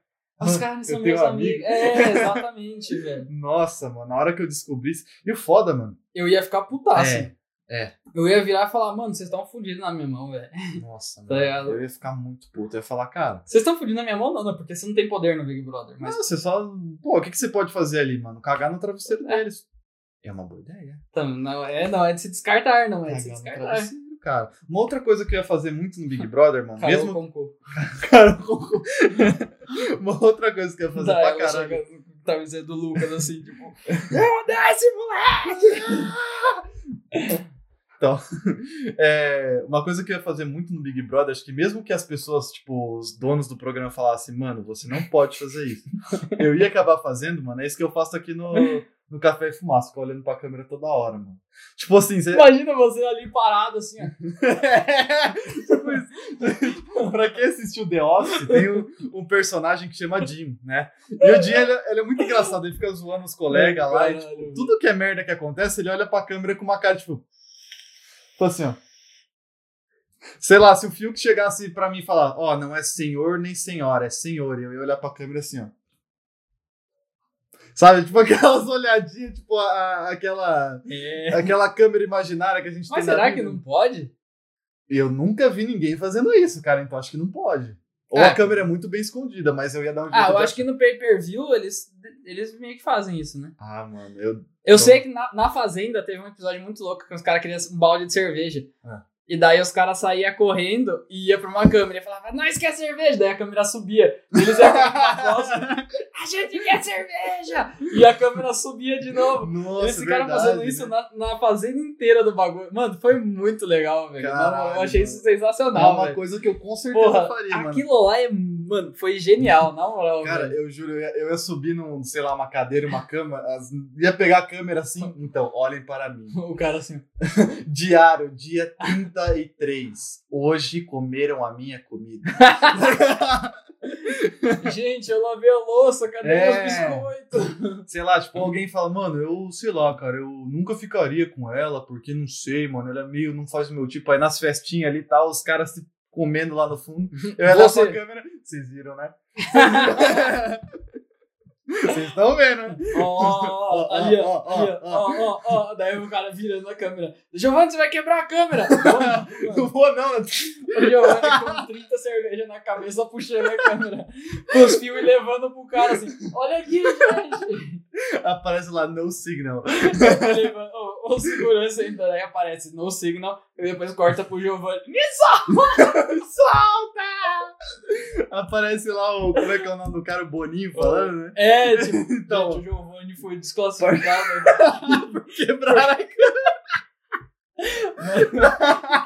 A: Os caras
B: eu
A: são
B: tenho
A: meus
B: um
A: amigos.
B: amigo.
A: É, exatamente, velho.
B: Nossa, mano, na hora que eu descobri isso. E o foda, mano.
A: Eu ia ficar putaço.
B: É, é.
A: Eu ia virar e falar, mano, vocês estão fudidos na minha mão, velho.
B: Nossa,
A: Tá
B: mano.
A: ligado?
B: Eu ia ficar muito puto. Eu ia falar, cara.
A: Vocês estão fudidos na minha mão, não, né? Porque você não tem poder no Big Brother. Mas
B: Mas você só. Pô, o que, que você pode fazer ali, mano? Cagar no travesseiro
A: É.
B: deles. É uma boa ideia.
A: tam- não é, não, é de se descartar, não é de se
B: Cagando
A: descartar.
B: travesseiro, cara. Uma outra coisa que eu ia fazer muito no Big Brother, mano,
A: Carol
B: mesmo
A: Conco.
B: cara Uma outra coisa que eu ia fazer
A: Daí
B: pra
A: ela
B: caralho.
A: chega no travesseiro do Lucas, assim, tipo, eu desce, moleque!
B: É, uma coisa que eu ia fazer muito no Big Brother, acho que mesmo que as pessoas, tipo, os donos do programa falassem, mano, você não pode fazer isso. eu ia acabar fazendo, mano, é isso que eu faço aqui no, no Café e Fumaça, ficar olhando pra câmera toda hora, mano. Tipo assim, você.
A: Imagina você ali parado, assim, ó.
B: Tipo isso. pra quem assistiu The Office, tem um, um personagem que chama Jim, né? E o Jim, ele, é- ele é muito engraçado, ele fica zoando os colegas lá. E, tipo,
A: Caralho,
B: tudo que é merda que acontece, ele olha pra câmera com uma cara, tipo... Tipo assim, ó. Sei lá, se o Fiuk chegasse pra mim e falar, ó, não é senhor nem senhora, é senhor, eu ia olhar pra câmera assim, ó. Sabe, tipo aquelas olhadinhas, tipo a- a- aquela,
A: É.
B: aquela câmera imaginária que a gente tem
A: Mas
B: na
A: será
B: vida.
A: que não pode?
B: Eu nunca vi ninguém fazendo isso, cara, então acho que não pode. Ou
A: É.
B: a câmera é muito bem escondida, mas eu ia dar um jeito
A: Ah, eu
B: de-
A: acho que no pay-per-view eles, eles meio que fazem isso, né?
B: Ah, mano, eu...
A: Eu
B: Então-
A: sei que na, na Fazenda teve um episódio muito louco que os caras queriam um balde de cerveja.
B: Ah.
A: E daí os caras saíam correndo e ia pra uma câmera e falava, nós quer cerveja. Daí a câmera subia. Eles iam pra uma próxima, a gente quer cerveja! E a câmera subia de novo.
B: Nossa,
A: Eles ficaram
B: verdade,
A: fazendo
B: né?
A: isso na, na fazenda inteira do bagulho. Mano, foi muito legal, velho.
B: Caralho,
A: Eu achei isso sensacional,
B: é uma
A: velho.
B: coisa que eu com certeza
A: Porra,
B: faria, mano.
A: aquilo lá é, mano, foi genial, na moral,
B: Cara,
A: velho.
B: eu juro, eu ia, eu ia subir num, sei lá, uma cadeira, uma cama, as- ia pegar a câmera assim, então, olhem para mim.
A: O cara assim,
B: Diário, dia 33. Hoje comeram a minha comida.
A: gente, eu lavei a louça, cadê
B: É.
A: meus biscoitos?
B: Sei lá,
A: Uhum.
B: tipo, alguém fala, mano, eu, sei lá, cara, eu nunca ficaria com ela, porque não sei, mano, ela é meio, não faz o meu tipo. Aí nas festinhas ali e tal, os caras se comendo lá no fundo. Eu ia olhar
A: Você-
B: pra câmera, vocês viram, né? Vocês estão vendo, né?
A: Ó, ó, ó, ali, ó,
B: Ó, ó,
A: ali, ó, ó, ó, ó. Daí o cara virando a câmera. Giovanni, você vai quebrar a câmera!
B: Não vou, não.
A: o Giovanni com 30 cervejas na cabeça, puxando a câmera. Com os fios e levando pro cara assim, olha aqui, gente!
B: Aparece lá, no signal.
A: Levando- Ô, ô, segurança ainda, daí aparece no signal, e depois corta pro Giovanni. Isso!
B: Aparece lá o. Como é que é o nome do cara? O Boninho falando, né?
A: É, tipo,
B: Então.
A: gente, o Giovanni foi desclassificado.
B: Quebraram a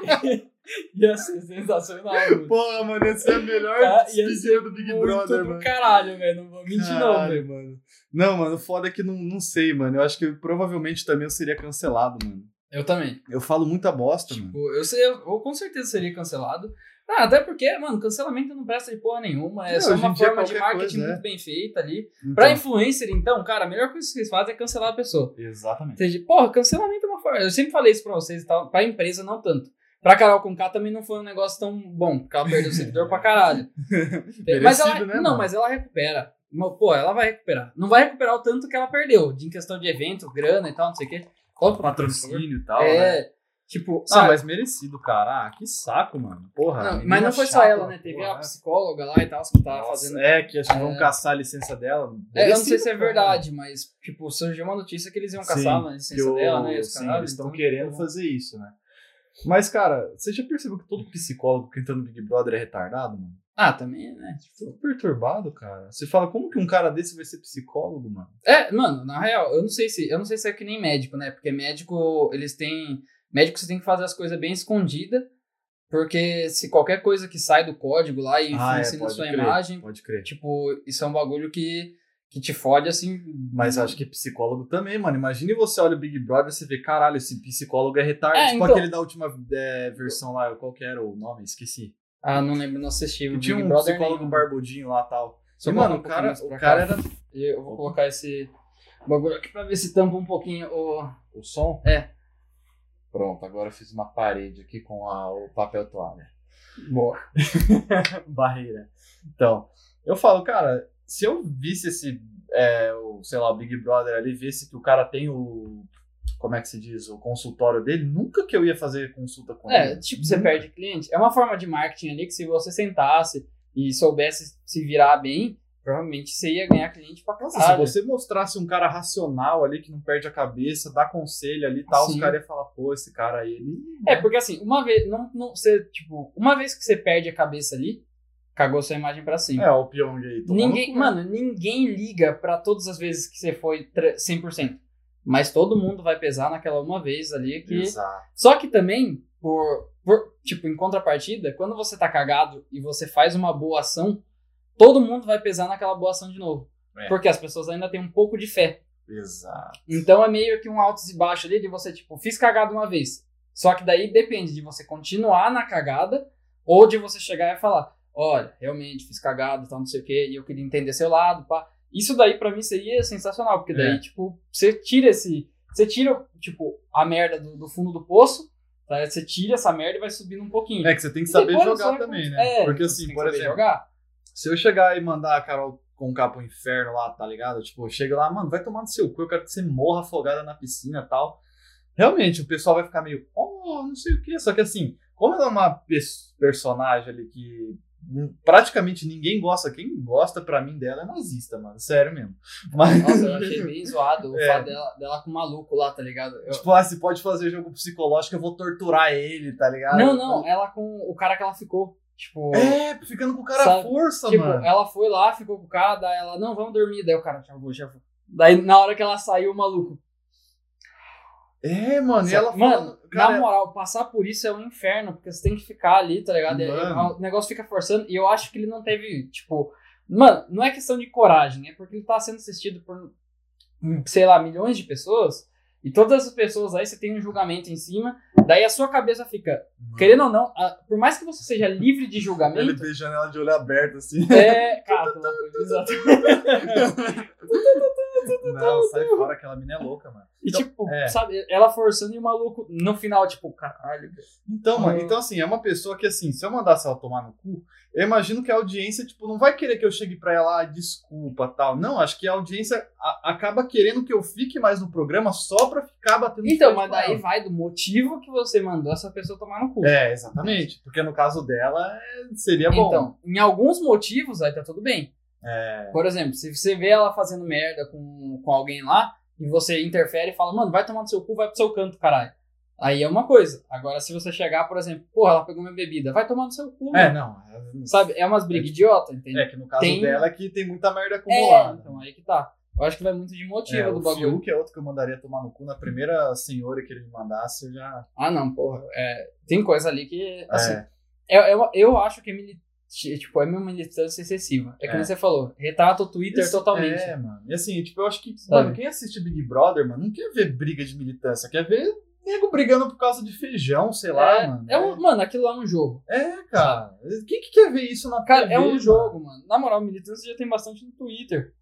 A: né? Ia ser sensacional, mano.
B: porra, mano. Esse é o melhor
A: Tá, ia
B: despedida do Big
A: Muito
B: Brother,
A: do
B: mano.
A: caralho, velho. Não vou mentir, não, velho.
B: Caralho, mano. Não, mano, o foda é que não, não sei, mano. Eu acho que eu- provavelmente também eu seria cancelado, mano.
A: Eu também.
B: Eu falo muita bosta, mano.
A: Tipo, eu, sei, eu com certeza seria cancelado. Ah, até porque, mano, cancelamento não presta de porra nenhuma. É
B: Não,
A: só
B: hoje em
A: uma
B: dia
A: forma de
B: qualquer
A: marketing
B: coisa,
A: muito
B: é.
A: bem feita ali.
B: Então,
A: Pra influencer, então, cara, a melhor coisa que vocês fazem é cancelar a pessoa. Ou
B: Exatamente.
A: seja, porra, cancelamento é uma forma. Eu sempre falei isso pra vocês e tal. Pra empresa, não tanto. Pra Carol Conká também não foi um negócio tão bom, porque ela perdeu seguidor pra caralho. mas
B: Merecido,
A: ela,
B: né,
A: não,
B: mano?
A: mas ela recupera. Mas, Pô, ela vai recuperar. Não vai recuperar o tanto que ela perdeu, de em questão de evento, grana e tal, não sei o quê. Ó,
B: Patrocínio e tal. né?
A: É, tipo,
B: Ah,
A: sabe?
B: mas merecido, cara. Ah, que saco, mano. é Porra.
A: Não,
B: menina
A: mas não foi só
B: chata,
A: ela, né? Teve
B: porra.
A: a psicóloga lá e tal, que tava
B: é. Nossa,
A: fazendo.
B: É, que acho que vão caçar a licença dela.
A: É, eu não sei
B: Merecido,
A: se é
B: cara.
A: verdade, mas, tipo, surgiu uma notícia que eles iam caçar
B: Sim,
A: a licença
B: que o-
A: dela, né? Os
B: sim,
A: caralho,
B: eles estão
A: então,
B: querendo
A: tipo,
B: fazer isso, né? Mas, cara, você já percebeu que todo psicólogo que entra no Big Brother é retardado, mano?
A: Ah, também, né?
B: Tô perturbado, cara. Você fala, como que um cara desse vai ser psicólogo, mano?
A: É, mano, na real, eu não sei se. Eu não sei se é que nem médico, né? Porque médico, eles têm. Médico, você tem que fazer as coisas bem escondida. Porque se qualquer coisa que sai do código lá e influencia na sua imagem,
B: Ah, é, Pode crer.
A: tipo, isso é um bagulho que, que te fode, assim.
B: Mas acho que psicólogo também, mano. Imagine você olha o Big Brother e você vê, caralho, esse psicólogo é retardado.
A: É,
B: tipo
A: então-
B: aquele da última é, versão lá, qual que era o nome? Esqueci.
A: Ah, não lembro, não assisti.
B: Que
A: o
B: tinha
A: Big
B: um
A: Brother
B: psicólogo
A: nenhum.
B: barbudinho lá e tal.
A: Só
B: e,
A: botar
B: mano,
A: um
B: o
A: pouquinho
B: cara,
A: mais pra
B: o
A: cá.
B: cara era.
A: E eu vou colocar esse bagulho aqui pra ver se tampa um pouquinho o.
B: O som?
A: É.
C: Pronto, agora eu fiz uma parede aqui com a- o papel toalha.
A: Boa.
B: Barreira. Então, eu falo, cara, se eu visse esse, é, o, sei lá, o Big Brother ali, visse que o cara tem o, como é que se diz, o consultório dele, nunca que eu ia fazer consulta com
A: É,
B: ele.
A: tipo, você perde cliente. É uma forma de marketing ali que se você sentasse e soubesse se virar bem, provavelmente você ia ganhar cliente pra
B: Nossa,
A: caralho.
B: Tipo Ah, assim, se você mostrasse um cara racional ali, que não perde a cabeça, dá conselho ali e tal,
A: Sim.
B: os caras iam falar, pô, esse cara aí, ele...
A: É, porque assim, uma vez, não, não, você, tipo, uma vez que você perde a cabeça ali, cagou sua imagem pra cima.
B: É, o peão aí. tomando cu,
A: Ninguém,
B: né?
A: mano, ninguém liga pra todas as vezes que você foi tra- 100%. Mas todo mundo vai pesar naquela uma vez ali é que.
B: Exato.
A: Só que também, por, por- tipo, em contrapartida, quando você tá cagado e você faz uma boa ação, todo mundo vai pesar naquela boa ação de novo.
B: É.
A: Porque as pessoas ainda têm um pouco de fé.
B: Exato.
A: Então é meio que um altos e baixos ali de você, tipo, fiz cagada uma vez. Só que daí depende de você continuar na cagada ou de você chegar e falar, olha, realmente fiz cagada, tal, não sei o quê, e eu queria entender seu lado, pá. Isso daí pra mim seria sensacional, porque daí,
B: É.
A: tipo, você tira esse. Você tira, tipo, a merda do, do fundo do poço, tá? você tira essa merda e vai subindo um pouquinho.
B: É que você tem que
A: E
B: saber
A: depois
B: jogar
A: você vai-
B: também, né?
A: é,
B: Porque
A: você tem
B: assim,
A: que
B: por
A: saber
B: exemplo,
A: Jogar.
B: Se eu chegar e mandar a Carol com o capa pro inferno lá, tá ligado? Tipo, chega lá, mano, vai tomar no seu cu, eu quero que você morra afogada na piscina e tal. Realmente, o pessoal vai ficar meio, oh, não sei o quê. Só que assim, como ela é uma pes- personagem ali que hum, praticamente ninguém gosta, quem gosta pra mim dela é nazista, mano, sério mesmo. Mas,
A: Nossa, eu achei bem zoado o
B: É.
A: fato dela, dela com o maluco lá, tá ligado? Eu-
B: tipo, ah, se pode fazer jogo psicológico, eu vou torturar ele, tá ligado?
A: não, não, ela com o cara que ela ficou. Tipo,
B: É, ficando com o cara à
A: Sabe,
B: força,
A: tipo,
B: mano.
A: ela foi lá, ficou com o cara, daí ela, não, vamos dormir. Daí o cara, já vou, já vou. Daí na hora que ela saiu, o maluco.
B: É, mano, e ela
A: Mano,
B: falando- cara, é
A: na moral, passar por isso é um inferno, porque você tem que ficar ali, tá ligado? E-
B: Mano.
A: O negócio fica forçando, e eu acho que ele não teve, tipo. Mano, não é questão de coragem, é porque ele tá sendo assistido por, sei lá, milhões de pessoas, e todas as pessoas aí você tem um julgamento em cima, daí a sua cabeça fica,
B: mano,
A: querendo ou não, a- por mais que você seja livre de
B: Ele
A: julgamento,
B: beijando ela de olho aberto, assim.
A: é. Cara, pelo amor de Deus, exato.
B: Não, sai fora, aquela mina é louca, mano.
A: E
B: Então,
A: tipo,
B: é.
A: sabe, ela forçando e o maluco no final, tipo, caralho.
B: Então, mano,
A: Hum.
B: então assim, é uma pessoa que assim, se eu mandasse ela tomar no cu, eu imagino que a audiência, tipo, não vai querer que eu chegue pra ela, ah, desculpa, tal. Não, acho que a audiência a- acaba querendo que eu fique mais no programa só pra ficar batendo
A: Então,
B: de frente
A: mas
B: com
A: daí
B: ela.
A: vai do motivo que você mandou essa pessoa tomar no cu.
B: É, exatamente. Porque no caso dela, é, seria bom.
A: então, em alguns motivos aí tá tudo bem.
B: É,
A: Por exemplo, se você vê ela fazendo merda com, com alguém lá, e você interfere e fala, mano, vai tomar no seu cu, vai pro seu canto, caralho. Aí é uma coisa. Agora, se você chegar, por exemplo, porra, ela pegou minha bebida, vai tomar no seu cu,
B: é
A: mano.
B: não. é-
A: Sabe? É umas brigas idiota, entendeu?
B: É que no caso
A: Tem-
B: dela é que tem muita merda
A: É,
B: acumulada.
A: então aí que tá. Eu acho que vai muito de motivo
B: É,
A: do
B: o
A: bagulho.
B: Fiuk é outro que eu mandaria tomar no cu na primeira senhora que ele me mandasse, eu já.
A: Ah, não, porra. é, tem coisa ali que. Assim,
B: É.
A: eu, eu, eu acho que é mili- tipo, é uma militância excessiva. É que
B: É.
A: nem você falou, retrata o Twitter
B: Isso-
A: totalmente.
B: É, mano. E assim, tipo, eu acho que,
A: Sabe?
B: mano, quem assiste Big Brother, mano, não quer ver briga de militância, quer ver nego brigando por causa de feijão, sei lá,
A: É-
B: mano.
A: é um, mano, aquilo lá é um jogo.
B: É, cara. Quem que quer ver isso na
A: Cara,
B: TV,
A: é um
B: mano?
A: jogo, mano. Na moral, militância já tem bastante no Twitter.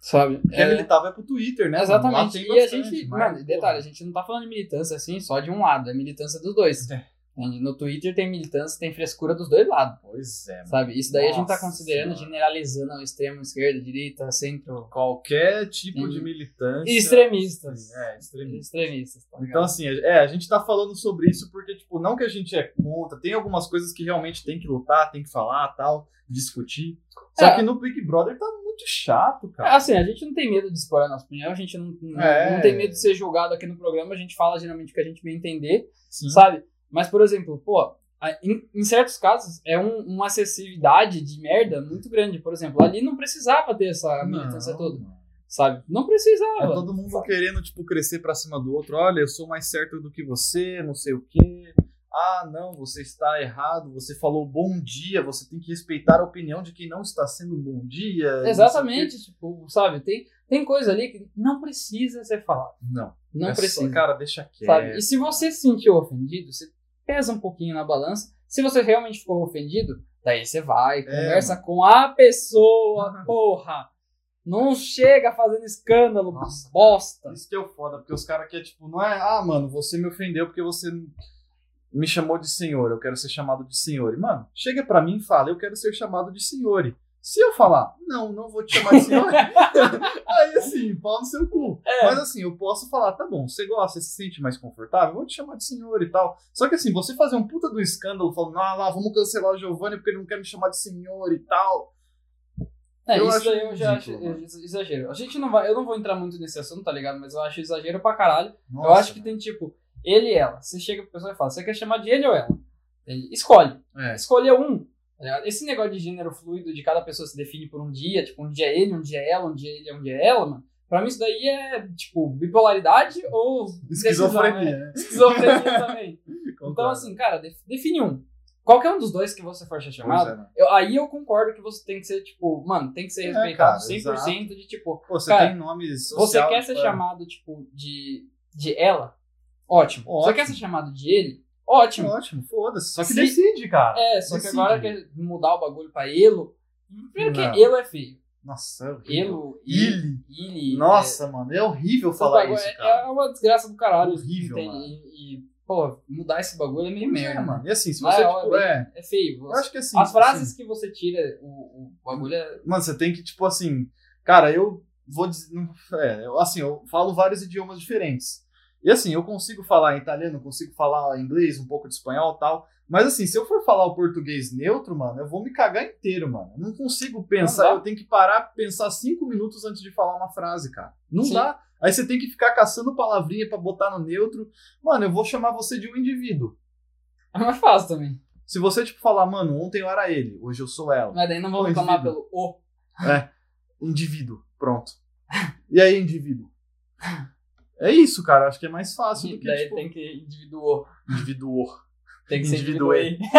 A: Sabe?
B: Quem é militar vai pro Twitter, né? mano? Lá
A: Exatamente.
B: tem
A: E a
B: bastante,
A: gente,
B: mas,
A: mano,
B: porra.
A: detalhe, a gente não tá falando de militância assim, só de um lado, é militância dos dois.
B: É.
A: No Twitter tem militância, tem frescura dos dois lados,
B: Pois é, mano.
A: sabe? Isso daí a gente tá
B: Nossa
A: considerando,
B: Senhora.
A: generalizando o extremo, esquerda, direita, centro.
B: Qualquer tipo de
A: Sim.
B: militância.
A: E extremistas.
B: É, extremista.
A: Extremistas, tá ligado?
B: Então, assim, é, a gente tá falando sobre isso porque, tipo, não que a gente é contra, tem algumas coisas que realmente tem que lutar, tem que falar, tal, discutir. Só
A: É.
B: que no Big Brother tá muito chato, cara.
A: É, Assim, a gente não tem medo de expor a nossa opinião, a gente não, não,
B: É.
A: não tem medo de ser julgado aqui no programa, a gente fala geralmente o que a gente bem entender,
B: Sim.
A: sabe? Mas, por exemplo, pô, a- em, em certos casos é um- uma acessividade de merda muito grande. Por exemplo, ali não precisava ter essa militância
B: Não,
A: toda,
B: mano.
A: sabe? Não
B: É
A: precisava.
B: todo mundo querendo, tipo, crescer pra cima do outro. Olha, eu sou mais certo do que você, não sei o quê. Ah, não, você está errado. Você falou bom dia, você tem que respeitar a opinião de quem não está sendo bom dia. não sei o quê.
A: Exatamente, tipo, sabe? Tem, tem coisa ali que não precisa ser falada.
B: Não,
A: Não
B: é só-
A: precisa.
B: Cara, deixa quieto.
A: sabe? E se você se sentiu ofendido, você pesa um pouquinho na balança. Se você realmente
B: É,
A: ficou ofendido, daí você vai, conversa com a pessoa, porra. Não chega fazendo escândalo,
B: Nossa.
A: bosta.
B: Isso que é o foda, porque os caras que é tipo, não é, ah, mano, você me ofendeu porque você me chamou de senhor, eu quero ser chamado de senhor. E, mano, chega pra mim e fala, eu quero ser chamado de senhor. Se eu falar, não, não vou te chamar de senhor, aí assim, pau no seu cu.
A: É.
B: Mas assim, eu posso falar, tá bom, você gosta, você se sente mais confortável, vou te chamar de senhor e tal. Só que assim, você fazer um puta do escândalo falando, ah lá, vamos cancelar o Giovanni porque ele não quer me chamar de senhor e tal.
A: É,
B: Eu
A: isso
B: acho
A: daí eu já acho
B: ridículo, mano.
A: ex- exagero. A gente não vai, eu não vou entrar muito nesse assunto, tá ligado? Mas eu acho exagero pra caralho. eu acho que tem tipo, ele e ela. Você chega pro pessoal e fala, você quer chamar de ele ou ela? Ele escolhe.
B: É.
A: Escolher um. tá ligado? Esse negócio de gênero fluido, de cada pessoa se define por um dia, tipo, um dia é ele, um dia é ela, um dia é ele, um dia é ela, mano. Pra mim isso daí é, tipo, bipolaridade ou
B: Esquizofrenia, né?
A: decisão, né? Esquizofrenia também. Então,
B: Concordo.
A: assim, cara, def- define um. Qualquer um dos dois que você for ser
B: Pois
A: chamado,
B: é, mano.
A: eu- aí eu concordo que você tem que ser, tipo, mano, tem que ser
B: É,
A: respeitado
B: cara,
A: 100% de, tipo,
B: Pô, você
A: Cara,
B: tem nome social.
A: você quer ser
B: tipo, é.
A: chamado, tipo, de, de ela? Ótimo. Você
B: Ótimo.
A: quer ser chamado de ele? Ótimo.
B: Ótimo, foda-se. Só que
A: Se-
B: decide, cara.
A: É, só que
B: decide.
A: agora quer mudar o bagulho pra elo. Primeiro
B: Não.
A: que elo é feio.
B: Nossa, é horrível.
A: Elo,
B: Ele.
A: ele.
B: Nossa, mano, é horrível
A: é,
B: falar
A: esses bagulho-
B: isso,
A: é-
B: cara.
A: É uma desgraça do caralho.
B: Horrível,
A: entende?
B: mano.
A: E, e, pô, mudar esse bagulho é meio
B: Pois é,
A: merda, mano.
B: mano. E assim, se
A: Mas
B: você,
A: é,
B: tipo,
A: ó, é
B: é.
A: É feio.
B: Eu acho que assim.
A: As
B: tipo
A: frases que você tira, o, o bagulho é.
B: assim, mano, você tem que, tipo assim. Cara, eu vou dizer. não- É, eu, assim, eu falo vários idiomas diferentes. E assim, eu consigo falar italiano, consigo falar inglês, um pouco de espanhol e tal. Mas assim, se eu for falar o português neutro, mano, eu vou me cagar inteiro, mano. Eu não consigo pensar,
A: dá.
B: eu tenho que parar, pensar cinco minutos antes de falar uma frase, cara. Não
A: Sim.
B: dá. Aí você tem que ficar caçando palavrinha pra botar no neutro. Mano, eu vou chamar você de um indivíduo.
A: É mais fácil também.
B: Se você, tipo, falar, mano, ontem eu era ele, hoje eu sou ela.
A: Mas daí não vou
B: Pô,
A: reclamar
B: indivíduo.
A: pelo o.
B: Indivíduo. Pronto. E aí, indivíduo? É isso, cara. Acho que é mais fácil do que,
A: daí
B: tipo,
A: tem que individuou.
B: indivíduo.
A: Tem que ser
B: Individuei.
A: individuei.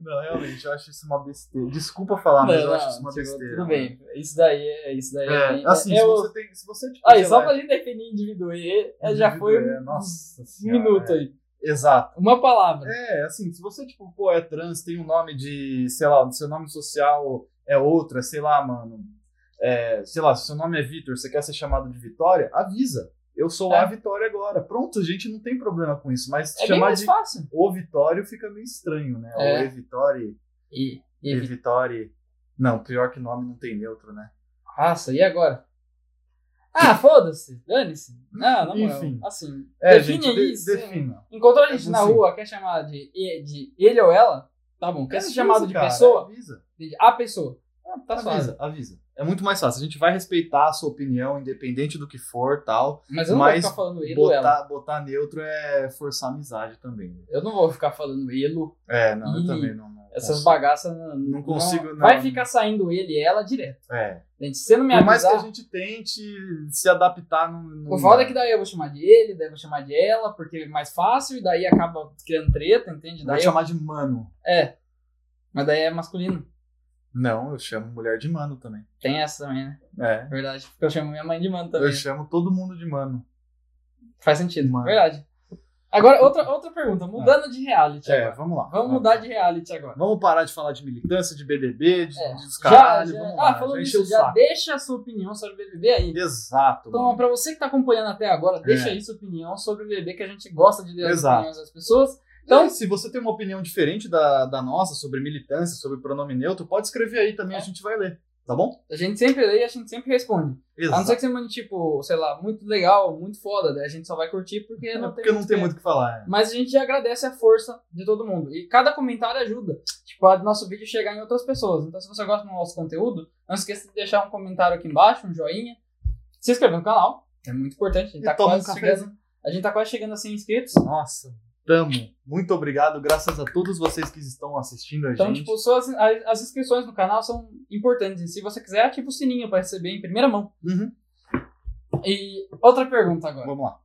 B: Não, realmente, eu acho isso uma besteira. Desculpa falar, tá, mas eu
A: Não,
B: acho
A: não,
B: isso uma
A: tipo,
B: besteira.
A: Tudo
B: mano.
A: bem. Isso daí é. Isso daí
B: É, assim, se
A: eu-
B: você tem. Se você, tipo,
A: Aí,
B: sei
A: só
B: lá,
A: pra gente definir individuei, é, já foi
B: Indivíduo, é,
A: um
B: nossa senhora,
A: minuto
B: é.
A: aí.
B: Exato.
A: Uma palavra.
B: É, assim, se você, tipo, pô, é trans, tem um nome de, sei lá, seu nome social é outro, é, sei lá, mano. É, sei lá, se seu nome é Vitor, você quer ser chamado de Vitória, avisa. Eu sou
A: É.
B: a Vitória agora. Pronto, gente não tem problema com isso, mas
A: É, bem
B: chamar
A: mais
B: de
A: fácil.
B: o Vitório fica meio estranho, né?
A: É.
B: Ou E Vitória,
A: E,
B: E
A: e,
B: Vitória. Não, pior que nome não tem neutro, né?
A: nossa, e agora? Ah, foda-se. Dane-se. Não, na moral.
B: Enfim.
A: Assim,
B: É,
A: define
B: gente, de-
A: isso.
B: defina.
A: Encontrou a gente
B: É
A: na
B: assim.
A: rua, quer chamar de, e- de ele ou ela? Tá bom. Quer ser
B: Avisa,
A: chamado de
B: É cara,
A: pessoa?
B: Avisa.
A: De a pessoa. Ah, tá suave.
B: avisa, avisa. É muito mais fácil. A gente vai respeitar a sua opinião, independente do que for, tal.
A: Mas eu não
B: Mas
A: vou ficar falando ele ou ela.
B: Botar, botar neutro é forçar amizade também. né?
A: Eu não vou ficar falando elo.
B: É, não, eu
A: Ih,
B: também não. não
A: Essas
B: consigo.
A: bagaças não,
B: consigo, não.
A: Vai ficar saindo ele e ela direto.
B: É.
A: Gente, se você não me
B: Por mais que a
A: avisar,
B: gente tente se adaptar no. no-
A: o foda é que daí eu vou chamar de ele, daí eu vou chamar de ela, porque é mais fácil, e daí acaba criando treta, entende?
B: Vou
A: Daí eu-
B: chamar de mano.
A: Mas daí é masculino.
B: Não, eu chamo mulher de mano também.
A: Tem essa também, né?
B: É.
A: Verdade. Porque eu chamo minha mãe de mano também.
B: Eu chamo todo mundo de mano.
A: Faz sentido,
B: Mano. Ah.
A: verdade. Agora, outra, outra pergunta, mudando de reality
B: É,
A: agora.
B: vamos lá.
A: Vamos mudar de reality agora.
B: Vamos parar de falar de militância, de BBB, de,
A: É,
B: de dos caralho.
A: já, já,
B: vamos
A: ah,
B: lá.
A: falando
B: já encheu
A: isso,
B: o
A: já
B: saco.
A: deixa a sua opinião sobre o BBB aí.
B: Exato.
A: Então,
B: mano.
A: pra você que tá acompanhando até agora, deixa
B: É.
A: aí sua opinião sobre o BBB, que a gente gosta de ler as
B: Exato.
A: opiniões das pessoas.
B: Então,
A: Então-
B: se você tem uma opinião diferente da, da nossa sobre militância, sobre pronome neutro, pode escrever aí também,
A: É.
B: a gente vai ler, tá bom?
A: A gente sempre lê e a gente sempre responde. A Ah, não ser
B: Exato.
A: que você mande, tipo, sei lá, muito legal, muito foda, daí a gente só vai curtir porque
B: É,
A: não
B: porque
A: tem
B: não tem
A: que-
B: muito o que falar. né?
A: Mas a gente já agradece a força de todo mundo. E cada comentário ajuda, tipo, a nosso vídeo chegar em outras pessoas. Então, se você gosta do nosso conteúdo, não esqueça de deixar um comentário aqui embaixo, um joinha. Se inscrever no canal, é muito importante. A gente,
B: E
A: tá
B: toma um
A: quase, chegando,
B: cafezinho.
A: a gente tá quase chegando a 100 inscritos.
B: Nossa, tamo. Muito obrigado, graças a todos vocês que estão assistindo a
A: Então,
B: gente.
A: tipo, só as, as- as inscrições no canal são importantes. E se você quiser, ativa o sininho pra receber em primeira mão.
B: Uhum.
A: E outra pergunta agora.
B: Vamos lá.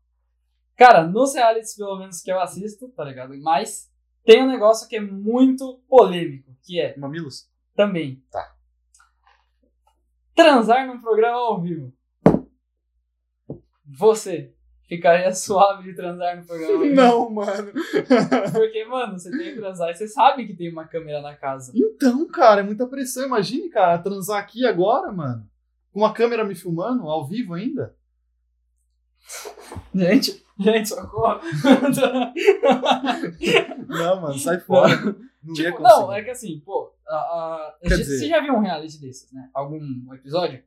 A: Cara, nos realities, pelo menos que eu assisto, tá ligado? Mas tem um negócio que é muito polêmico, que é
B: Mamilos?
A: também.
B: Tá.
A: Transar num programa ao vivo. Você ficaria suave de transar no programa ao vivo?
B: mano.
A: Porque, mano, você tem que transar e você sabe que tem uma câmera na casa.
B: Então, cara, é muita pressão. Imagine, cara, transar aqui agora, mano. Com uma câmera me filmando, ao vivo ainda?
A: Gente, gente, socorro.
B: Não, mano, sai fora. Não ia
A: tipo,
B: conseguir.
A: não, é que assim, pô, a, a-
B: Quer
A: você
B: dizer-
A: já viu um reality desses, né? Algum episódio?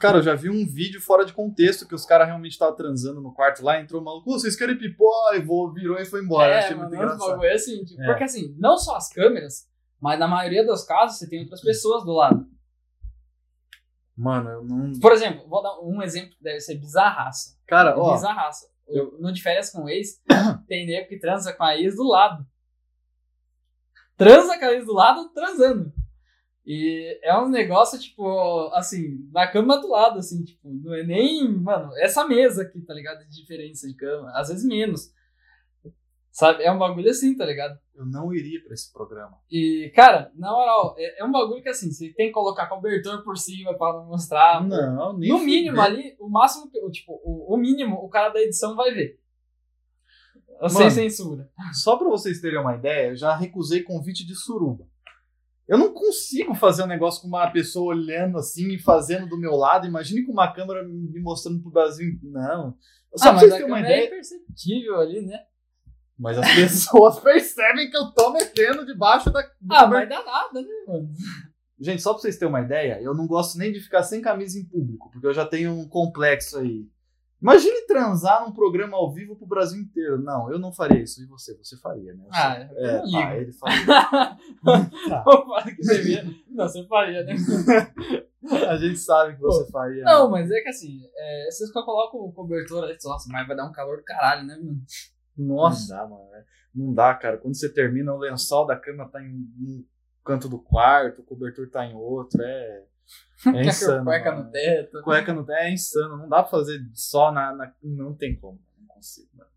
B: Cara, eu já vi um vídeo fora de contexto que os caras realmente estavam transando no quarto lá, entrou o maluco, "Ô, vocês querem pipó? E voou, virou e foi embora.
A: é,
B: Achei
A: mano,
B: muito
A: uns
B: engraçado.
A: bagulho assim, tipo,
B: É.
A: porque assim, não só as câmeras, mas na maioria dos casos você tem outras pessoas do lado.
B: Mano, eu não.
A: Por exemplo, vou dar um exemplo que deve ser bizarraça.
B: Cara, ó,
A: bizarraça. Eu... É No de férias com o ex, tem nego que transa com a ex do lado. Transa com a ex do lado, transando. E é um negócio, tipo, assim, na cama do lado, assim, tipo, não é nem, mano, essa mesa aqui, tá ligado? De diferença de cama, às vezes menos. Sabe? É um bagulho assim, tá ligado?
B: eu não iria pra esse programa.
A: E, cara, na moral, é, é um bagulho que assim, você tem que colocar cobertor por cima pra não mostrar.
B: não, nem.
A: no mínimo
B: fudeu.
A: ali, o máximo que. o Tipo, o, o mínimo, o cara da edição vai ver. Sem
B: Mano.
A: censura.
B: ah, Só pra vocês terem uma ideia, eu já recusei convite de suruba. Eu não consigo fazer um negócio com uma pessoa olhando assim e fazendo do meu lado. Imagine com uma câmera me mostrando pro Brasil. Não. Só pra
A: Ah, mas
B: vocês
A: a
B: terem uma
A: câmera é
B: ideia.
A: imperceptível ali, né?
B: Mas as pessoas percebem que eu tô metendo debaixo da. do
A: Ah,
B: cobertor.
A: mas dá nada, né, mano?
B: Gente, só pra vocês terem uma ideia, eu não gosto nem de ficar sem camisa em público, porque eu já tenho um complexo aí. Imagine transar num programa ao vivo pro Brasil inteiro. Não, eu não faria isso. E você? Você faria, né? Eu
A: Ah,
B: sei.
A: eu
B: é,
A: não
B: tá,
A: ligo.
B: ele faria. Tá.
A: Eu falo que devia. Não, você faria, né?
B: A gente sabe que você faria. né?
A: Não, mas é que assim, é, vocês só colocam o cobertor ali, nossa, mas vai dar um calor do caralho, né, mano?
B: Nossa. Não dá, mano. né? Não dá, cara. Quando você termina, o lençol da cama tá em um canto do quarto, o cobertor tá em outro. É. É
A: Quer que eu
B: insano.
A: cueca
B: mano.
A: no teto.
B: Cueca no É insano. Não dá pra fazer só na. na- Não tem como. Não consigo, mano.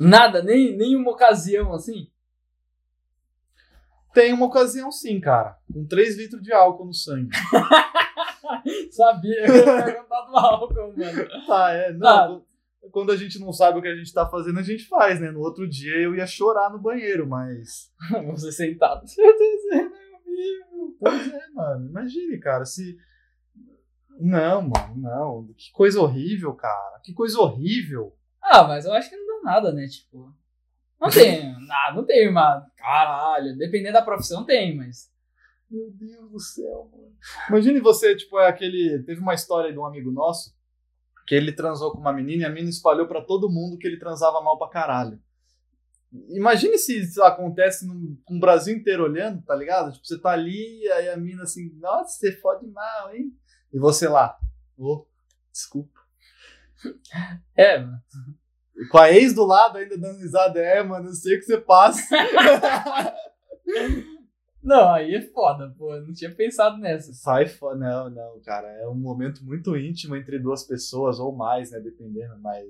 A: Nada, nem, nenhuma ocasião assim.
B: Tem uma ocasião sim, cara. Com 3 litros de álcool no sangue.
A: Sabia, eu ia perguntar do álcool, mano.
B: tá, é.
A: Tá.
B: Não. Quando a gente não sabe o que a gente tá fazendo, a gente faz, né? No outro dia eu ia chorar no banheiro, mas.
A: Você sentado. Eu tô dizendo, eu vi.
B: Pois é, mano. Imagine, cara, se. Não, mano, não. Que coisa horrível, cara. Que coisa horrível.
A: Ah, mas eu acho que não dá nada, né? Tipo. Não tem. nada, não tem uma. Caralho, dependendo da profissão tem, mas.
B: Meu Deus do céu, mano. Imagine você, tipo, é aquele. Teve uma história de um amigo nosso que ele transou com uma menina e a menina espalhou pra todo mundo que ele transava mal pra caralho. Imagine se isso acontece no, com o Brasil inteiro olhando, tá ligado? Tipo, você tá ali e aí a mina assim, nossa, você fode mal, hein? E você lá, ô, desculpa.
A: É, mano.
B: E com a ex do lado ainda dando risada, é, mano, eu sei o que você passa.
A: Não, aí é foda, pô. Eu não tinha pensado nessa.
B: Sai fora. Não, não, cara. É um momento muito íntimo entre duas pessoas ou mais, né? Dependendo, mas.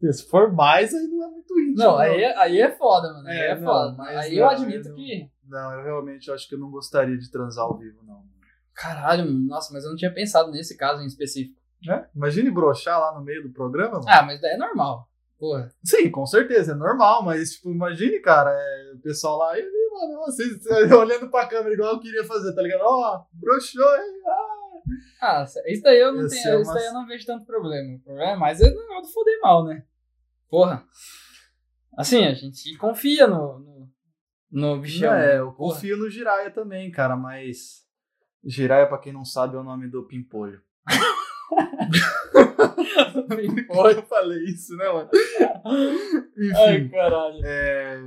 B: Se for mais, aí não é muito íntimo.
A: Não, aí, é- aí é foda, mano. Aí
B: É,
A: é,
B: não,
A: foda.
B: mas
A: aí
B: não,
A: eu
B: aí
A: admito
B: não.
A: que.
B: Não, eu realmente acho que eu não gostaria de transar ao vivo, não.
A: Caralho, mano. Nossa, mas eu não tinha pensado nesse caso em específico.
B: Né? Imagine broxar lá no meio do programa, mano.
A: Ah, mas daí é normal. Porra.
B: Sim, com certeza, é normal, mas, tipo, imagine, cara, é, o pessoal lá, e, aí, mano, vocês vocês olhando pra câmera igual eu queria fazer, tá ligado? Ó, broxou, é. hein?
A: Ah, isso daí eu não
B: Ia
A: tenho.
B: ser
A: Isso
B: uma-
A: daí eu não vejo tanto problema. O problema é mais é do do foder mal, né? Porra. Assim, a gente confia no. no... No bichão. né?
B: É, eu
A: Porra.
B: confio no Jiraya também, cara, mas. Jiraya, pra quem não sabe, é o nome do Pimpolho.
A: Pimpolho.
B: eu falei isso, né, mano?
A: Ai,
B: Enfim.
A: caralho.
B: é,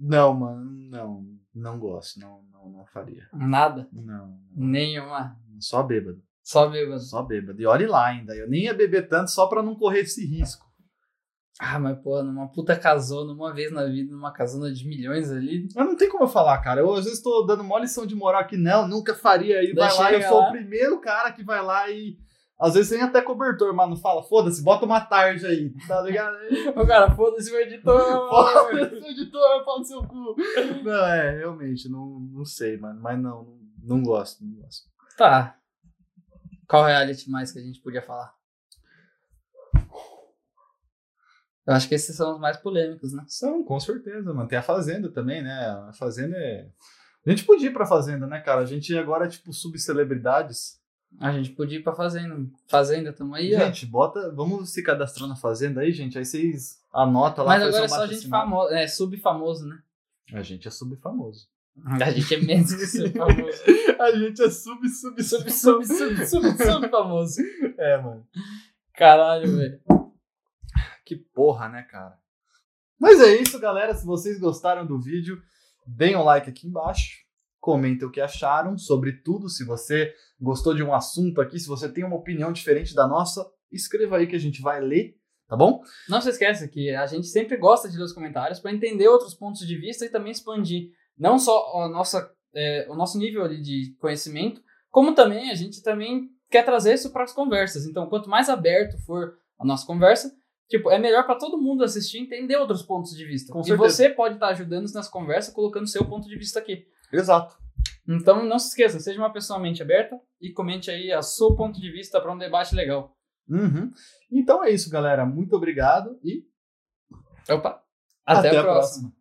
B: Não, mano, não. Não gosto, não, não, não faria.
A: Nada.
B: Não.
A: Nenhuma.
B: Só bêbado.
A: Só bêbado.
B: Só bêbado. E olhe lá ainda. Eu nem ia beber tanto só pra não correr esse risco.
A: Ah, mas porra, numa puta casona, uma vez na vida, numa casona de milhões ali.
B: Eu não tem como eu falar, cara. Eu às vezes tô dando uma lição de moral que não, nunca faria. E vai
A: Daí
B: lá, eu
A: chega
B: sou
A: lá.
B: o primeiro cara que vai lá e. Às vezes tem até cobertor, mano. Fala, foda-se, bota uma tarde aí, tá ligado?
A: O cara, foda-se o editor.
B: Foda-se, editor, fala no seu cu. Não, é, realmente, não, não sei, mano. Mas não, não, não gosto, não gosto.
A: tá. Qual reality mais que a gente podia falar? Eu acho que esses são os mais polêmicos, né?
B: São, com certeza, mano. Tem a Fazenda também, né? A Fazenda é. A gente podia ir pra Fazenda, né, cara? A gente agora é tipo subcelebridades.
A: A gente podia ir pra fazenda. Fazenda, tamo aí, ó.
B: gente, bota. Vamos se cadastrar na fazenda aí, gente. Aí vocês anotam lá.
A: Mas
B: faz
A: agora é
B: um
A: só gente
B: patrocinado.
A: famosa, é subfamoso, né?
B: A gente é subfamoso.
A: A gente é menos que subfamoso.
B: A gente é sub, sub,
A: Sub, sub, sub, sub, subfamoso.
B: É, mano.
A: Caralho, velho.
B: Que porra, né, cara? Mas é isso, galera. Se vocês gostaram do vídeo, deem um like aqui embaixo. Comentem o que acharam. Sobretudo, se você gostou de um assunto aqui, se você tem uma opinião diferente da nossa, escreva aí que a gente vai ler, tá bom?
A: Não se esqueça que a gente sempre gosta de ler os comentários pra entender outros pontos de vista e também expandir não só a nossa, é, o nosso nível ali de conhecimento, como também a gente também quer trazer isso para as conversas. Então, quanto mais aberto for a nossa conversa, tipo, é melhor para todo mundo assistir e entender outros pontos de vista.
B: Com
A: e
B: certeza.
A: você pode estar ajudando nas conversas colocando seu ponto de vista aqui.
B: Exato.
A: Então não se esqueça, seja uma pessoa mente aberta e comente aí a seu ponto de vista para um debate legal.
B: Uhum. Então é isso, galera. Muito obrigado e
A: Opa,
B: até, a próxima.